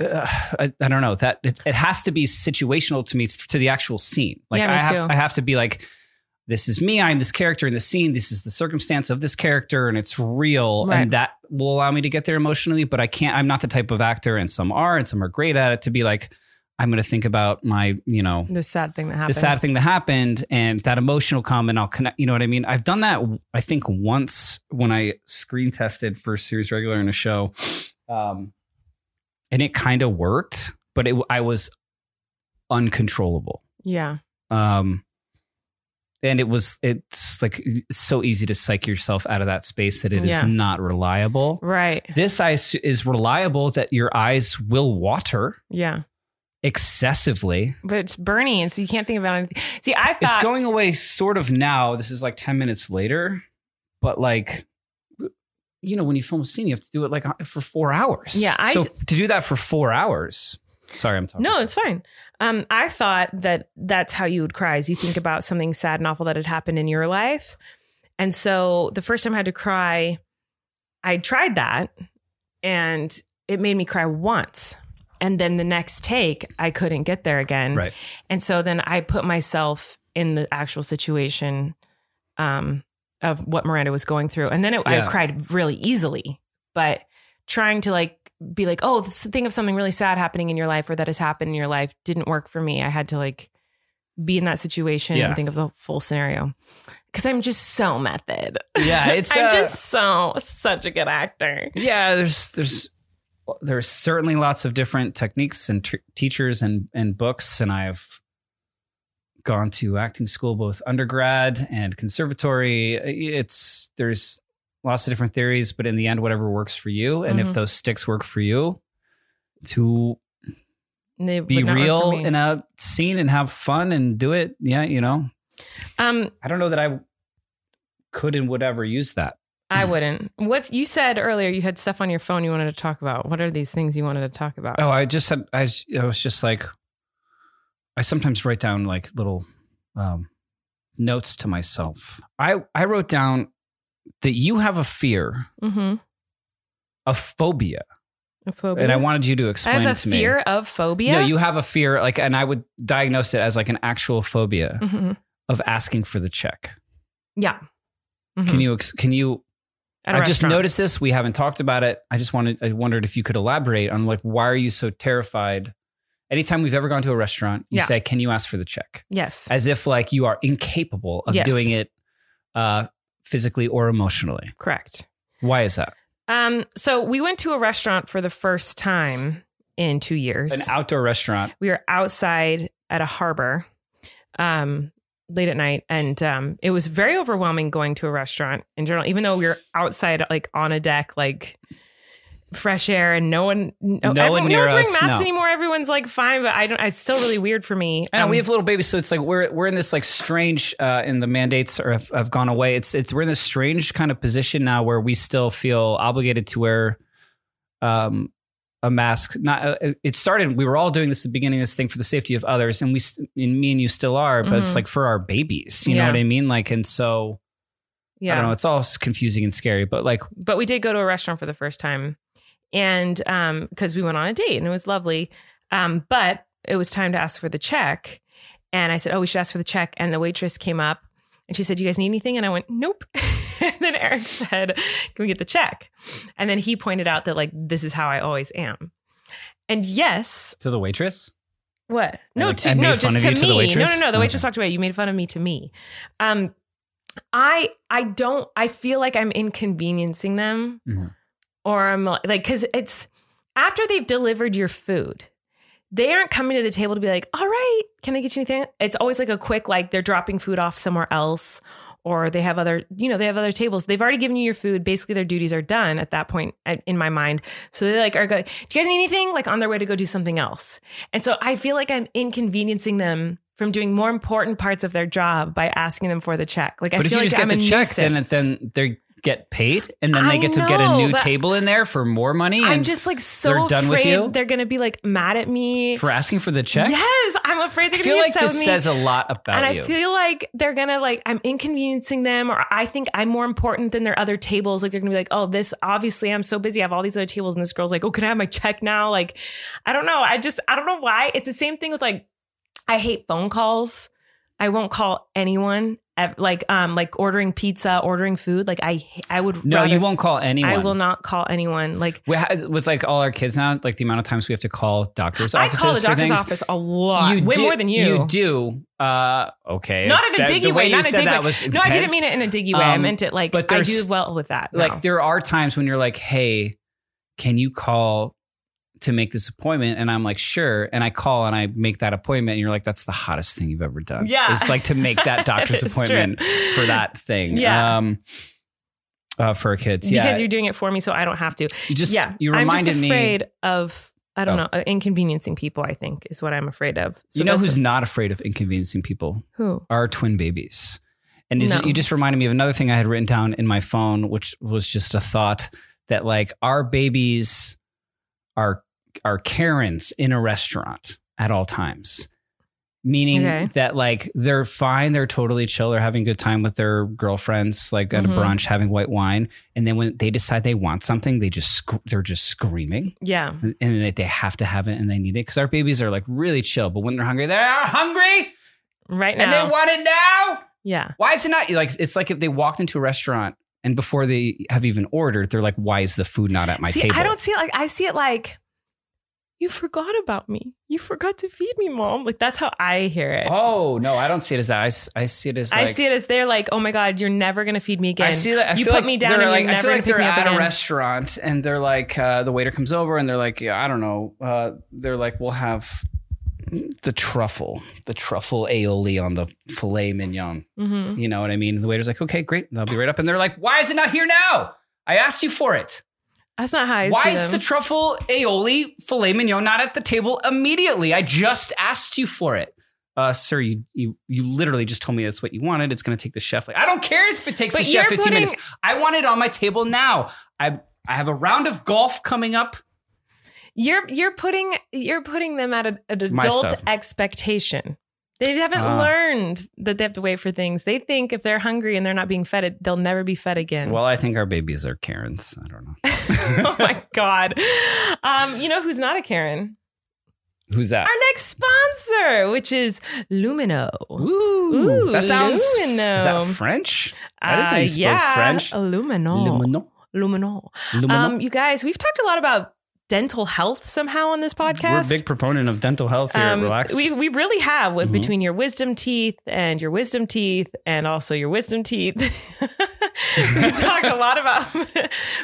S3: uh, I, I don't know that it, it has to be situational to me f- to the actual scene like
S2: Yeah, me
S3: i have
S2: too.
S3: i have to be like this is me i'm this character in the scene this is the circumstance of this character and it's real
S2: Right.
S3: and that will allow me to get there emotionally but i can't i'm not the type of actor and some are and some are great at it to be like i'm going to think about my you know
S2: The sad thing that
S3: the
S2: happened.
S3: sad thing that happened and that emotional comment i'll connect you know what i mean i've done that i think once when i screen tested for series regular in a show um, and it kind of worked but it, i was uncontrollable
S2: Yeah.
S3: um, and it was it's like it's so easy to psych yourself out of that space that it is
S2: Yeah.
S3: not reliable
S2: Right.
S3: this ice is reliable that your eyes will water
S2: Yeah.
S3: excessively
S2: But it's burning, so you can't think about anything. See, I thought
S3: it's going away sort of now. This is like 10 minutes later, but like, you know, when you film a scene, you have to do it like uh, for four hours.
S2: Yeah, I-
S3: so to do that for four hours. Sorry, I'm talking.
S2: No, it's fine. Um, I thought that that's how you would cry is you think about something sad and awful that had happened in your life. And so the first time I had to cry, I tried that and it made me cry once. And then the next take, I couldn't get there again.
S3: Right.
S2: And so then I put myself in the actual situation um, of what Miranda was going through. And then it,
S3: Yeah.
S2: I cried really easily. But trying to like be like, oh, this thing of something really sad happening in your life or that has happened in your life didn't work for me. I had to like be in that situation
S3: Yeah.
S2: and think of the full scenario. Cause I'm just so method.
S3: Yeah, it's,
S2: I'm
S3: uh,
S2: just so such a good actor.
S3: Yeah, there's there's there's certainly lots of different techniques and tr teachers and and books, and I've gone to acting school both undergrad and conservatory. It's there's lots of different theories, but in the end, whatever works for you, and if
S2: Mhm.
S3: those sticks work for you, to
S2: And they would
S3: be
S2: not work for
S3: real
S2: me.
S3: in a scene and have fun and do it. Yeah, you know,
S2: um,
S3: I don't know that I could and would ever use that.
S2: I wouldn't. What's you said earlier? You had stuff on your phone you wanted to talk about. What are these things you wanted to talk about?
S3: Oh, I just had I was, I was just like I sometimes write down like little um notes to myself. I I wrote down that you have a fear,
S2: Mm-hmm.
S3: a phobia,
S2: A phobia.
S3: and I wanted you to
S2: I
S3: explain
S2: have
S3: it
S2: a
S3: to
S2: fear
S3: me.
S2: of phobia.
S3: No, you have a fear like and I would diagnose it as like an actual phobia
S2: Mhm.
S3: of asking for the check.
S2: Mm-hmm. Yeah. Mhm.
S3: Can you ex- can you
S2: At a
S3: I just
S2: restaurant.
S3: noticed this. We haven't talked about it. I just wanted, I wondered if you could elaborate on like, why are you so terrified? Anytime we've ever gone to a restaurant, you
S2: Yeah.
S3: say, can you ask for the check?
S2: Yes.
S3: As if like you are incapable of
S2: Yes.
S3: doing it uh, physically or emotionally.
S2: Correct.
S3: Why is that?
S2: Um, so we went to a restaurant for the first time in two years.
S3: An outdoor restaurant.
S2: we were outside at a harbor, um, late at night, and um, it was very overwhelming going to a restaurant in general. Even though we were outside, like on a deck, like fresh air, and no one, no,
S3: one
S2: everyone,
S3: near
S2: no one's wearing
S3: us,
S2: masks
S3: no.
S2: anymore. Everyone's like fine, but I don't. It's still really weird for me.
S3: I know
S2: Um,
S3: we have little babies, so it's like we're we're in this like strange, uh, and the mandates are, have, have gone away. It's it's we're in this strange kind of position now where we still feel obligated to wear, um, a mask. Not uh, it started. We were all doing this at the beginning of this thing for the safety of others, and we st- and me and you still are, but it's
S2: Mhm.
S3: like for our babies, you know
S2: Yeah.
S3: what I mean? Like, and so I don't know.
S2: yeah,
S3: It's all s- confusing and scary, but like,
S2: but we did go to a restaurant for the first time, and um, because we went on a date and it was lovely, um, but it was time to ask for the check, and I said, "Oh, we should ask for the check." And the waitress came up and she said, "You guys need anything?" And I went, "Nope." and then Eric said, "Can we get the check?" And then he pointed out that like this is how I always am, and yes,
S3: to the waitress.
S2: what? No,
S3: like, I
S2: to,
S3: made
S2: no,
S3: fun
S2: just
S3: of
S2: to
S3: you
S2: me.
S3: to the
S2: no,
S3: waitress?
S2: no, no. The waitress
S3: Okay.
S2: walked away. You made fun of me to me. Um, I I don't. I feel like I'm inconveniencing them.
S3: Mhm.
S2: or I'm like, because it's after they've delivered your food, they aren't coming to the table to be like, all right, can I get you anything? It's always like a quick, like they're dropping food off somewhere else or they have other, you know, they have other tables. They've already given you your food. Basically, their duties are done at that point I- in my mind. So they like are going, do you guys need anything? Like on their way to go do something else. And so I feel like I'm inconveniencing them from doing more important parts of their job by asking them for the check. Like I
S3: But if
S2: feel
S3: you
S2: like
S3: just
S2: I'm
S3: get
S2: a
S3: the check, then
S2: nuisance.
S3: then they get paid, and then
S2: I
S3: they get to get a
S2: know,
S3: new
S2: but
S3: table in there for more money.
S2: I'm
S3: and
S2: just like so
S3: they're done with
S2: afraid
S3: you?
S2: they're gonna be like mad at me.
S3: for asking for the check.
S2: Yes, I'm afraid
S3: I
S2: they're
S3: feel
S2: gonna be
S3: like
S2: upset
S3: this
S2: with me.
S3: says a lot about
S2: and I
S3: you.
S2: feel like they're gonna like I'm inconveniencing them, or I think I'm more important than their other tables. Like they're gonna be like, oh, this obviously I'm so busy, I have all these other tables, and this girl's like, oh, can I have my check now? Like, I don't know. I just I don't know why. It's the same thing with like I hate phone calls. I won't call anyone. ev- Like um like ordering pizza, ordering food. Like I I would
S3: no,
S2: rather-
S3: you won't call anyone.
S2: I will not call anyone. Like
S3: We ha- with like all our kids now, like the amount of times we have to call doctors'
S2: I
S3: offices
S2: call the
S3: for
S2: doctor's
S3: things.
S2: office a lot, way
S3: do-
S2: more than you.
S3: You do. Uh, okay.
S2: Not in a
S3: That-
S2: diggy
S3: the
S2: way,
S3: you
S2: not in a
S3: said
S2: diggy
S3: that
S2: way.
S3: was
S2: No, I didn't
S3: intense.
S2: mean it in a diggy way. I
S3: Um,
S2: meant it like
S3: but
S2: I do
S3: there's-
S2: well with that. now.
S3: Like there are times when you're like, hey, can you call to make this appointment? And I'm like, sure. And I call and I make that appointment. And you're like, that's the hottest thing you've ever done.
S2: Yeah.
S3: It's like to make that doctor's
S2: It's true.
S3: appointment for that thing.
S2: Yeah.
S3: Um, uh, for kids.
S2: because
S3: Yeah.
S2: you're doing it for me, so I don't have to.
S3: you just,
S2: yeah,
S3: you reminded
S2: I'm just afraid
S3: me. Oh.
S2: of I don't know uh, inconveniencing people. I think is what I'm afraid of. So
S3: you know
S2: that's-
S3: who's not afraid of inconveniencing people?
S2: who?
S3: our twin babies. And you
S2: No.
S3: you just reminded me of another thing I had written down in my phone, which was just a thought that like our babies are are Karens in a restaurant at all times. Meaning
S2: Okay.
S3: that like they're fine, they're totally chill, they're having a good time with their girlfriends, like at
S2: Mhm.
S3: a brunch having white wine. And then when they decide they want something, they just sc- they're just screaming
S2: Yeah,
S3: and and they, they have to have it and they need it because our babies are like really chill. But when they're hungry, they're hungry
S2: right
S3: and they
S2: now.
S3: want it now.
S2: yeah,
S3: Why is it not like it's like if they walked into a restaurant and before they have even ordered, they're like, "Why is the food not at my
S2: see,
S3: table?"
S2: I don't see it like I see it like you forgot about me. You forgot to feed me, mom. Like that's how I hear it.
S3: oh no, I don't see it as that. I, s- I see it as like,
S2: I see it as they're like, oh my god, you're never gonna feed me again.
S3: I see that. I
S2: you
S3: feel
S2: put
S3: like
S2: me down
S3: they're,
S2: and
S3: like,
S2: you're
S3: I feel
S2: never
S3: like
S2: gonna pick
S3: they're
S2: me up
S3: at
S2: again.
S3: a restaurant and they're like, uh, the waiter comes over and they're like, yeah, I don't know. Uh, they're like, we'll have the truffle, the truffle aioli on the filet mignon.
S2: Mhm.
S3: You know what I mean? The waiter's like, okay, great. I'll be right up. And they're like, why is it not here now? I asked you for it.
S2: That's not how I
S3: why
S2: see
S3: is
S2: them.
S3: the truffle aioli filet mignon not at the table immediately? I just asked you for it. Uh, sir, you, you you literally just told me that's what you wanted. It's going to take the chef. Like, I don't care if it takes
S2: But
S3: the chef
S2: you're
S3: 15
S2: putting-
S3: minutes. I want it on my table now. I I have a round of golf coming up.
S2: You're you're putting you're putting them at a, an
S3: My
S2: adult
S3: stuff.
S2: expectation. They haven't
S3: Ah.
S2: learned that they have to wait for things. They think if they're hungry and they're not being fed, it they'll never be fed again.
S3: Well, I think our babies are Karens. I don't know.
S2: oh my god! Um, you know who's not a Karen?
S3: Who's that?
S2: Our next sponsor, which is Lumino.
S3: Ooh,
S2: Ooh,
S3: that sounds.
S2: Lumino.
S3: Is that French? I didn't know you spoke
S2: Uh, yeah,
S3: French.
S2: Lumino.
S3: Lumino.
S2: Lumino.
S3: Lumino.
S2: Um, you guys, we've talked a lot about dental health somehow on this podcast.
S3: We're a big proponent of dental health here. at
S2: Um,
S3: Relax.
S2: We we really have with
S3: Mhm.
S2: between your wisdom teeth and your wisdom teeth and also your wisdom teeth. we talk a lot about.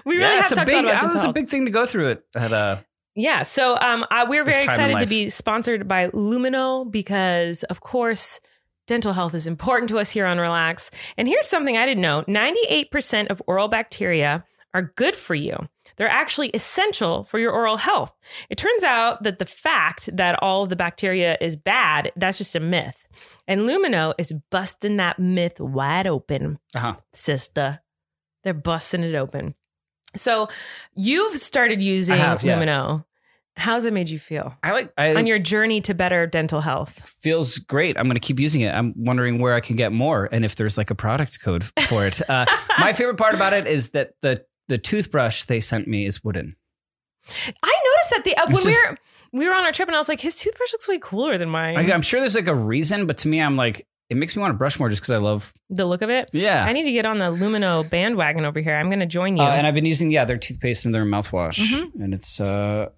S2: we really have
S3: it's
S2: talked
S3: a
S2: a
S3: big,
S2: lot about
S3: that was
S2: dental
S3: a
S2: health.
S3: big thing to go through it at uh, a
S2: Yeah, so um, I, we're
S3: This
S2: very
S3: time in
S2: excited to
S3: life.
S2: be sponsored by Lumino because, of course, dental health is important to us here on Relax. And here's something I didn't know: ninety-eight percent of oral bacteria are good for you. They're actually essential for your oral health. It turns out that the fact that all of the bacteria is bad, that's just a myth. And Lumino is busting that myth wide open
S3: uh-huh.
S2: sister. They're busting it open. So you've started using
S3: I have, yeah.
S2: Lumino. How's it made you feel
S3: I like I
S2: on your journey to better dental health?
S3: feels great. I'm going to keep using it. I'm wondering where I can get more and if there's like a product code for it. Uh, my favorite part about it is that the the toothbrush they sent me is wooden.
S2: I noticed that the uh, when
S3: It's
S2: we
S3: just-
S2: were we were on our trip and I was like, his toothbrush looks way cooler than mine.
S3: I, I'm sure there's like a reason, but to me, I'm like it makes me want to brush more just because I love
S2: the look of it.
S3: yeah.
S2: I need to get on the Lumino bandwagon over here. I'm going to join you.
S3: Mm-hmm. Uh, and I've been using yeah their toothpaste and their mouthwash,
S2: Mhm.
S3: and it's uh,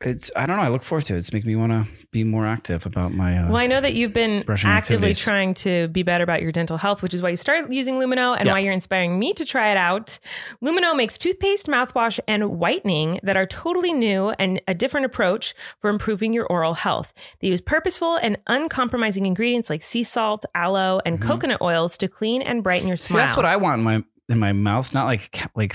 S3: it's I don't know. I look forward to it. It's making me want to be more active about my. Uh,
S2: Well, I know that you've been
S3: Brushing
S2: actively
S3: activities.
S2: trying to be better about your dental health, which is why you started using Lumino and
S3: Yeah.
S2: why you're inspiring me to try it out. Lumino makes toothpaste, mouthwash, and whitening that are totally new and a different approach for improving your oral health. They use purposeful and uncompromising ingredients like sea salt, aloe, and coconut oils to clean and brighten your
S3: Mm-hmm. See,
S2: smile.
S3: that's what I want in my in my mouth, not like che- like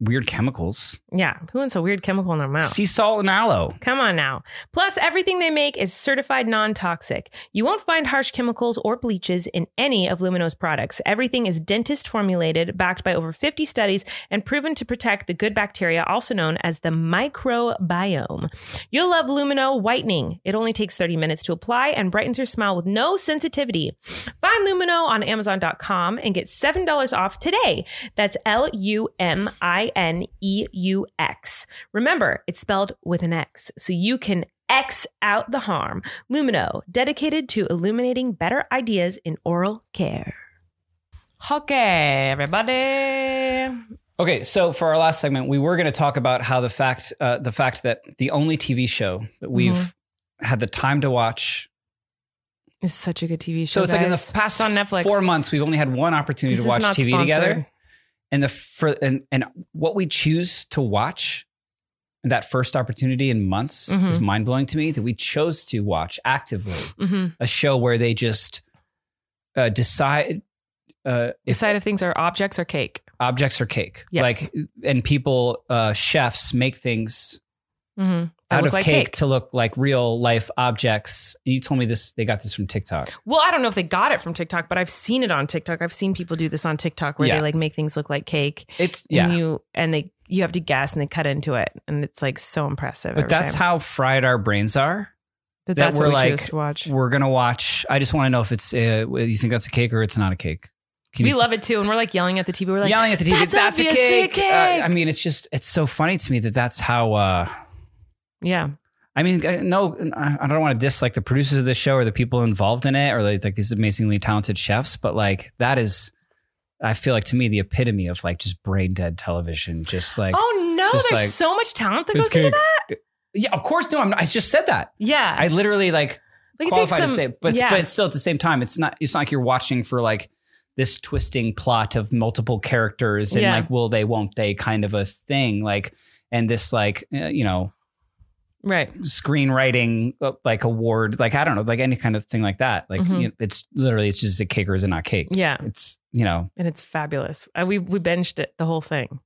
S3: weird chemicals.
S2: yeah, who wants a weird chemical in their mouth?
S3: Sea salt and aloe.
S2: Come on now. Plus, everything they make is certified non toxic. You won't find harsh chemicals or bleaches in any of Lumino's products. Everything is dentist formulated, backed by over 50 studies, and proven to protect the good bacteria, also known as the microbiome. You'll love Lumino Whitening. It only takes 30 minutes to apply and brightens your smile with no sensitivity. Find Lumino on Amazon.com and get $7 off today. That's L U M I N E U X. Remember, it's spelled with an X, so you can X out the harm. Lumino, dedicated to illuminating better ideas in oral care. Okay, everybody.
S3: Okay, so for our last segment, we were going to talk about how the fact uh, the fact that the only TV show
S2: Mm-hmm.
S3: that we've had the time to watch.
S2: It's such a good TV show.
S3: So it's like in
S2: guys.
S3: the
S2: It's
S3: past
S2: on Netflix.
S3: four months, we've only had one opportunity
S2: This is
S3: to watch
S2: not
S3: TV
S2: sponsored.
S3: together, and the for, and and what we choose to watch. in That first opportunity in months is
S2: Mhm.
S3: mind blowing to me that we chose to watch actively
S2: Mhm.
S3: a show where they just uh, decide uh, if
S2: Decide if things are objects or cake.
S3: objects are cake.
S2: Yes.
S3: Like, and people, uh, chefs make things
S2: Mm-hmm.
S3: out of cake, to look like real life objects. You told me this, they got this from TikTok.
S2: Well, I don't know if they got it from TikTok, but I've seen it on TikTok. I've seen people do this on TikTok where
S3: Yeah.
S2: they like make things look like cake.
S3: It's,
S2: And
S3: yeah.
S2: you and they you have to guess and they cut into it. And it's like so impressive.
S3: But
S2: every
S3: that's
S2: time.
S3: how fried our brains are.
S2: that
S3: that
S2: that's
S3: we're
S2: what we
S3: like-
S2: choose to watch.
S3: We're going to watch. I just want to know if it's, uh, you think that's a cake or it's not a cake. Can
S2: We
S3: you-
S2: love it too. And we're like yelling at the TV. We're like,
S3: yelling at the TV.
S2: "That's
S3: That's, a
S2: obviously a
S3: cake. Uh,
S2: cake.
S3: I mean, it's just, it's so funny to me that that's how, uh,
S2: yeah.
S3: I mean, I- no, I I don't want to diss like the producers of the show or the people involved in it or like, like these amazingly talented chefs, but like that is, I feel like to me the epitome of like just brain dead television. Just like,
S2: oh no,
S3: just
S2: there's
S3: like,
S2: so much talent that
S3: it's
S2: goes into
S3: cake.
S2: that.
S3: yeah, of course, no, I'm not, I just said that.
S2: Yeah.
S3: I literally like
S2: like, it takes
S3: qualified
S2: some-
S3: to say, but
S2: yeah.
S3: but still at the same time, it's not it's not like you're watching for like this twisting plot of multiple characters and
S2: Yeah.
S3: like will they won't they kind of a thing like and this like uh, you know
S2: right.
S3: screenwriting uh, like award, like I don't know, like any kind of thing like that. Like
S2: Mhm.
S3: you know, it's literally it's just a cake or is it not cake?
S2: Yeah.
S3: It's you know,
S2: And it's fabulous. Uh, we we binged it the whole thing.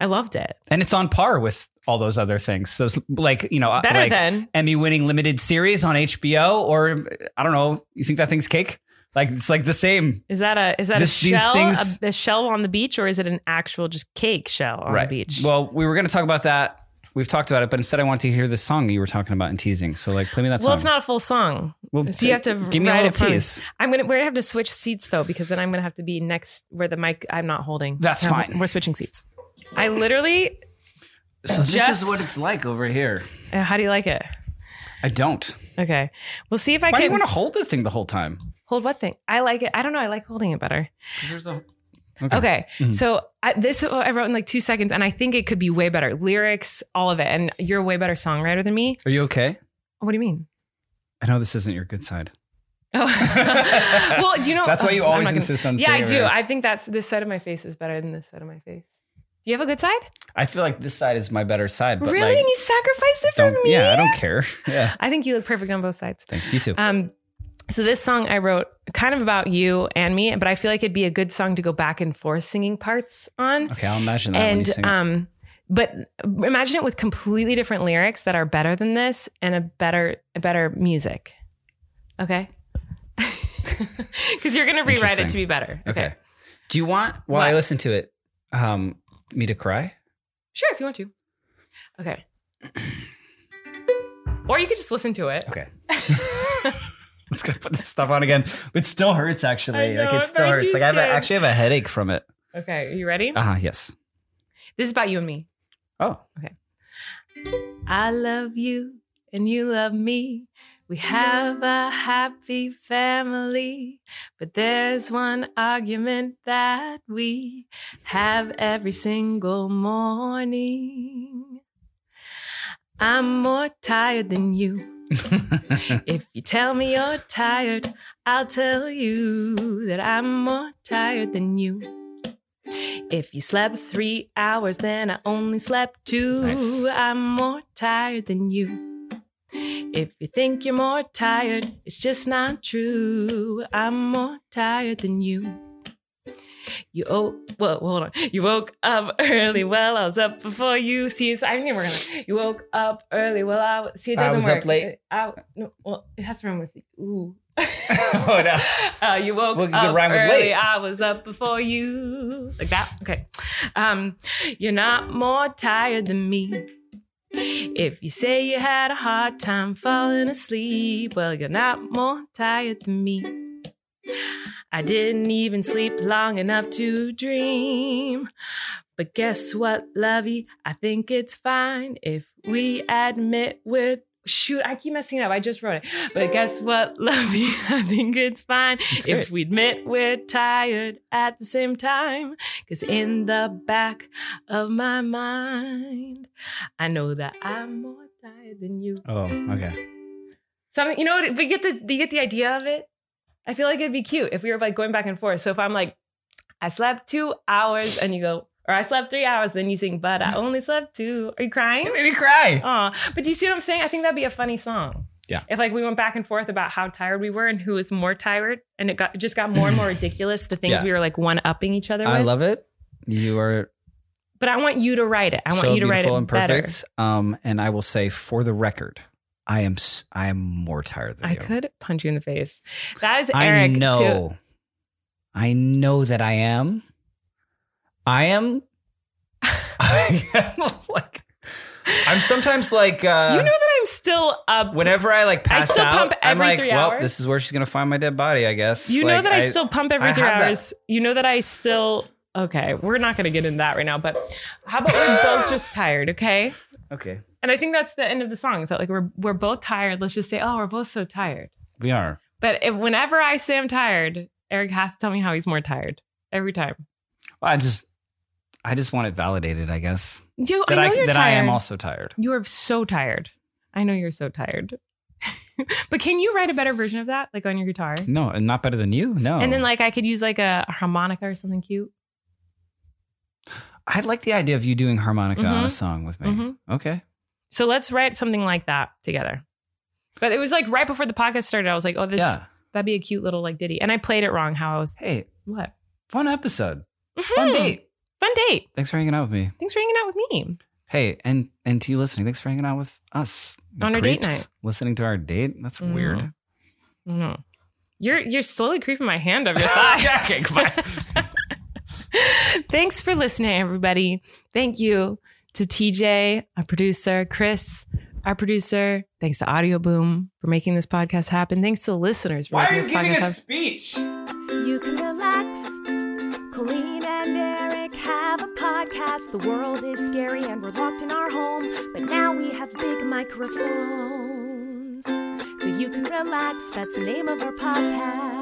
S2: I loved it.
S3: and it's on par with all those other things. Those like you know, uh,
S2: Better
S3: like
S2: than
S3: Emmy winning limited series on HBO, or I don't know. You think that thing's cake? Like it's like the same.
S2: Is that a is that
S3: This-
S2: a
S3: these
S2: shell
S3: things-
S2: a, a shell on the beach or is it an actual just cake shell on the beach?
S3: Well, we were going to talk about that. We've talked about it, but instead I want to hear the song you were talking about and teasing. So like, play me that
S2: well,
S3: song.
S2: it's not a full song.
S3: Well,
S2: So you have to
S3: give me a
S2: write
S3: little
S2: it from-
S3: tease.
S2: I'm gonna we're gonna have to switch seats though because then I'm gonna have to be next where the mic I'm not holding.
S3: That's
S2: No,
S3: fine.
S2: We're switching seats. I literally.
S3: So this
S2: Just-
S3: it's like over here.
S2: uh, How do you like it?
S3: I don't.
S2: Okay, we'll see if I
S3: Why do
S2: can
S3: you want to hold the thing the whole time?
S2: hold what thing. I like it. I don't know. I like holding it better.
S3: There's a
S2: Okay,
S3: Mm-hmm.
S2: so I, this I wrote in like two seconds, and I think it could be way better. Lyrics, all of it, and you're a way better songwriter than me.
S3: Are you okay?
S2: What do you mean?
S3: I know this isn't your good side.
S2: Oh. well, you know
S3: That's why you
S2: I'm
S3: always
S2: not gonna-
S3: insist on
S2: Yeah, I
S3: saying
S2: do.
S3: it.
S2: I think that's this side of my face is better than this side of my face. Do you have a good side?
S3: I feel like this side is my better side. But
S2: really?
S3: Like,
S2: and you sacrifice it for
S3: don't,
S2: me?
S3: yeah, I don't care. Yeah.
S2: I think you look perfect on both sides.
S3: Thanks. You too.
S2: Um, so this song I wrote kind of about you and me, but I feel like it'd be a good song to go back and forth singing parts on.
S3: okay, I'll imagine that when you
S2: and
S3: sing. it.
S2: um, but imagine it with completely different lyrics that are better than this and a better a better music. Okay. Because you're gonna rewrite it
S3: Interesting.
S2: to be better.
S3: okay.
S2: Okay.
S3: Do you want while I
S2: What?
S3: listen to it, um, me to cry?
S2: Sure, if you want to. Okay. or you could just listen to it.
S3: Okay. Let's go put this stuff on again. It still hurts actually.
S2: I know,
S3: like
S2: I'm
S3: it still
S2: very
S3: hurts. Like I have a,
S2: juicy.
S3: actually have a headache from it.
S2: Okay, you ready?
S3: Ah, yes.
S2: this is about you and me.
S3: Oh.
S2: I love you and you love me. We have a happy family, but there's one argument that we have every single morning. I'm more tired than you. if you tell me you're tired, I'll tell you that I'm more tired than you. If you slept three hours, then I only slept two.
S3: Nice.
S2: I'm more tired than you. If you think you're more tired, it's just not true. I'm more tired than you. You woke. Well, hold on. You woke up early. Well, I was up before you. See, it's, I didn't even remember. You woke up early. Well, I was- see. It
S3: I
S2: doesn't
S3: was up
S2: work.
S3: late.
S2: I, no, well, it has to rhyme with ooh.
S3: Oh, no.
S2: Uh, you woke
S3: Well, you could
S2: up
S3: rhyme with
S2: early.
S3: late.
S2: I was up before you, like that. Okay. Um, you're not more tired than me. If you say you had a hard time falling asleep, well, you're not more tired than me. I didn't even sleep long enough to dream. But guess what, lovey? I think it's fine if we admit we're. Shoot, I keep messing it up. I just wrote it. But guess what, lovey? I think it's fine
S3: great.
S2: if we admit we're tired at the same time. Because in the back of my mind, I know that I'm more tired than you.
S3: Oh, okay.
S2: Something, you know what? We get the you get the idea of it. I feel like it'd be cute if we were like going back and forth. So if I'm like, I slept two hours, and you go, or I slept three hours, then you sing, but I only slept two. Are you Oh, crying?
S3: It made me cry.
S2: Aw, but do you see what I'm saying? I think that'd be a funny song.
S3: Yeah.
S2: If like we went back and forth about how tired we were and who was more tired, and it got it just got more and more ridiculous. The things
S3: Yeah.
S2: we were like one upping each other with.
S3: I love it. You are
S2: but I want you to write it. I want
S3: so
S2: you to write it
S3: beautiful and
S2: better.
S3: perfect. Um, and I will say, for the record, I am s- I am more tired than
S2: I
S3: you.
S2: could punch you in the face. That is
S3: I
S2: Eric.
S3: know. I know that I am. I am. I am like. I'm sometimes like.
S2: too.
S3: Uh,
S2: you know that I'm still up.
S3: whenever I like pass
S2: still
S3: out,
S2: pump
S3: I'm
S2: every
S3: like,
S2: three
S3: well,
S2: hours."
S3: this is where she's gonna find my dead body, I guess.
S2: You know
S3: Like,
S2: that I, still pump every
S3: I
S2: three
S3: have that.
S2: hours. You know that I still. Okay, we're not going to get into that right now. But how about we're both just tired? Okay.
S3: Okay,
S2: And I think that's the end of the song. Is that like we're we're both tired? Let's just say, oh, we're both so tired.
S3: we are.
S2: But if, whenever I say I'm tired, Eric has to tell me how he's more tired every time.
S3: I just, I just want it validated, I guess.
S2: You,
S3: That
S2: I
S3: I,
S2: know
S3: c-
S2: you're
S3: that
S2: tired.
S3: I am also tired.
S2: You are so tired. I know you're so tired. but can you write a better version of that, like on your guitar?
S3: No, and not better than you. No,
S2: And then like I could use like a harmonica or something cute.
S3: I like the idea of you doing harmonica on a song with me.
S2: Mhm.
S3: Okay,
S2: So let's write something like that together. But it was like right before the podcast started, I was like, oh, this
S3: yeah.
S2: that'd be a cute little like ditty. And I played it wrong. How I was
S3: Hey,
S2: what
S3: fun episode, fun
S2: Mhm.
S3: date.
S2: fun date.
S3: Thanks for hanging out with me.
S2: Thanks for hanging out with me.
S3: Hey, and and to you listening, thanks for hanging out with us you
S2: On our date night.
S3: Listening to our date. That's
S2: Mm.
S3: weird.
S2: Mm. You're you're slowly creeping my hand up your thigh.
S3: Yeah, okay, goodbye.
S2: Thanks for listening, everybody. Thank you to TJ, our producer, Chris, our producer. Thanks to Audio Boom for making this podcast happen. Thanks to the listeners for making this podcast happen.
S4: speech?
S1: You can relax. Colleen and Eric have a podcast. The world is scary and we're locked in our home. But now we have big microphones. So you can relax. That's the name of our podcast.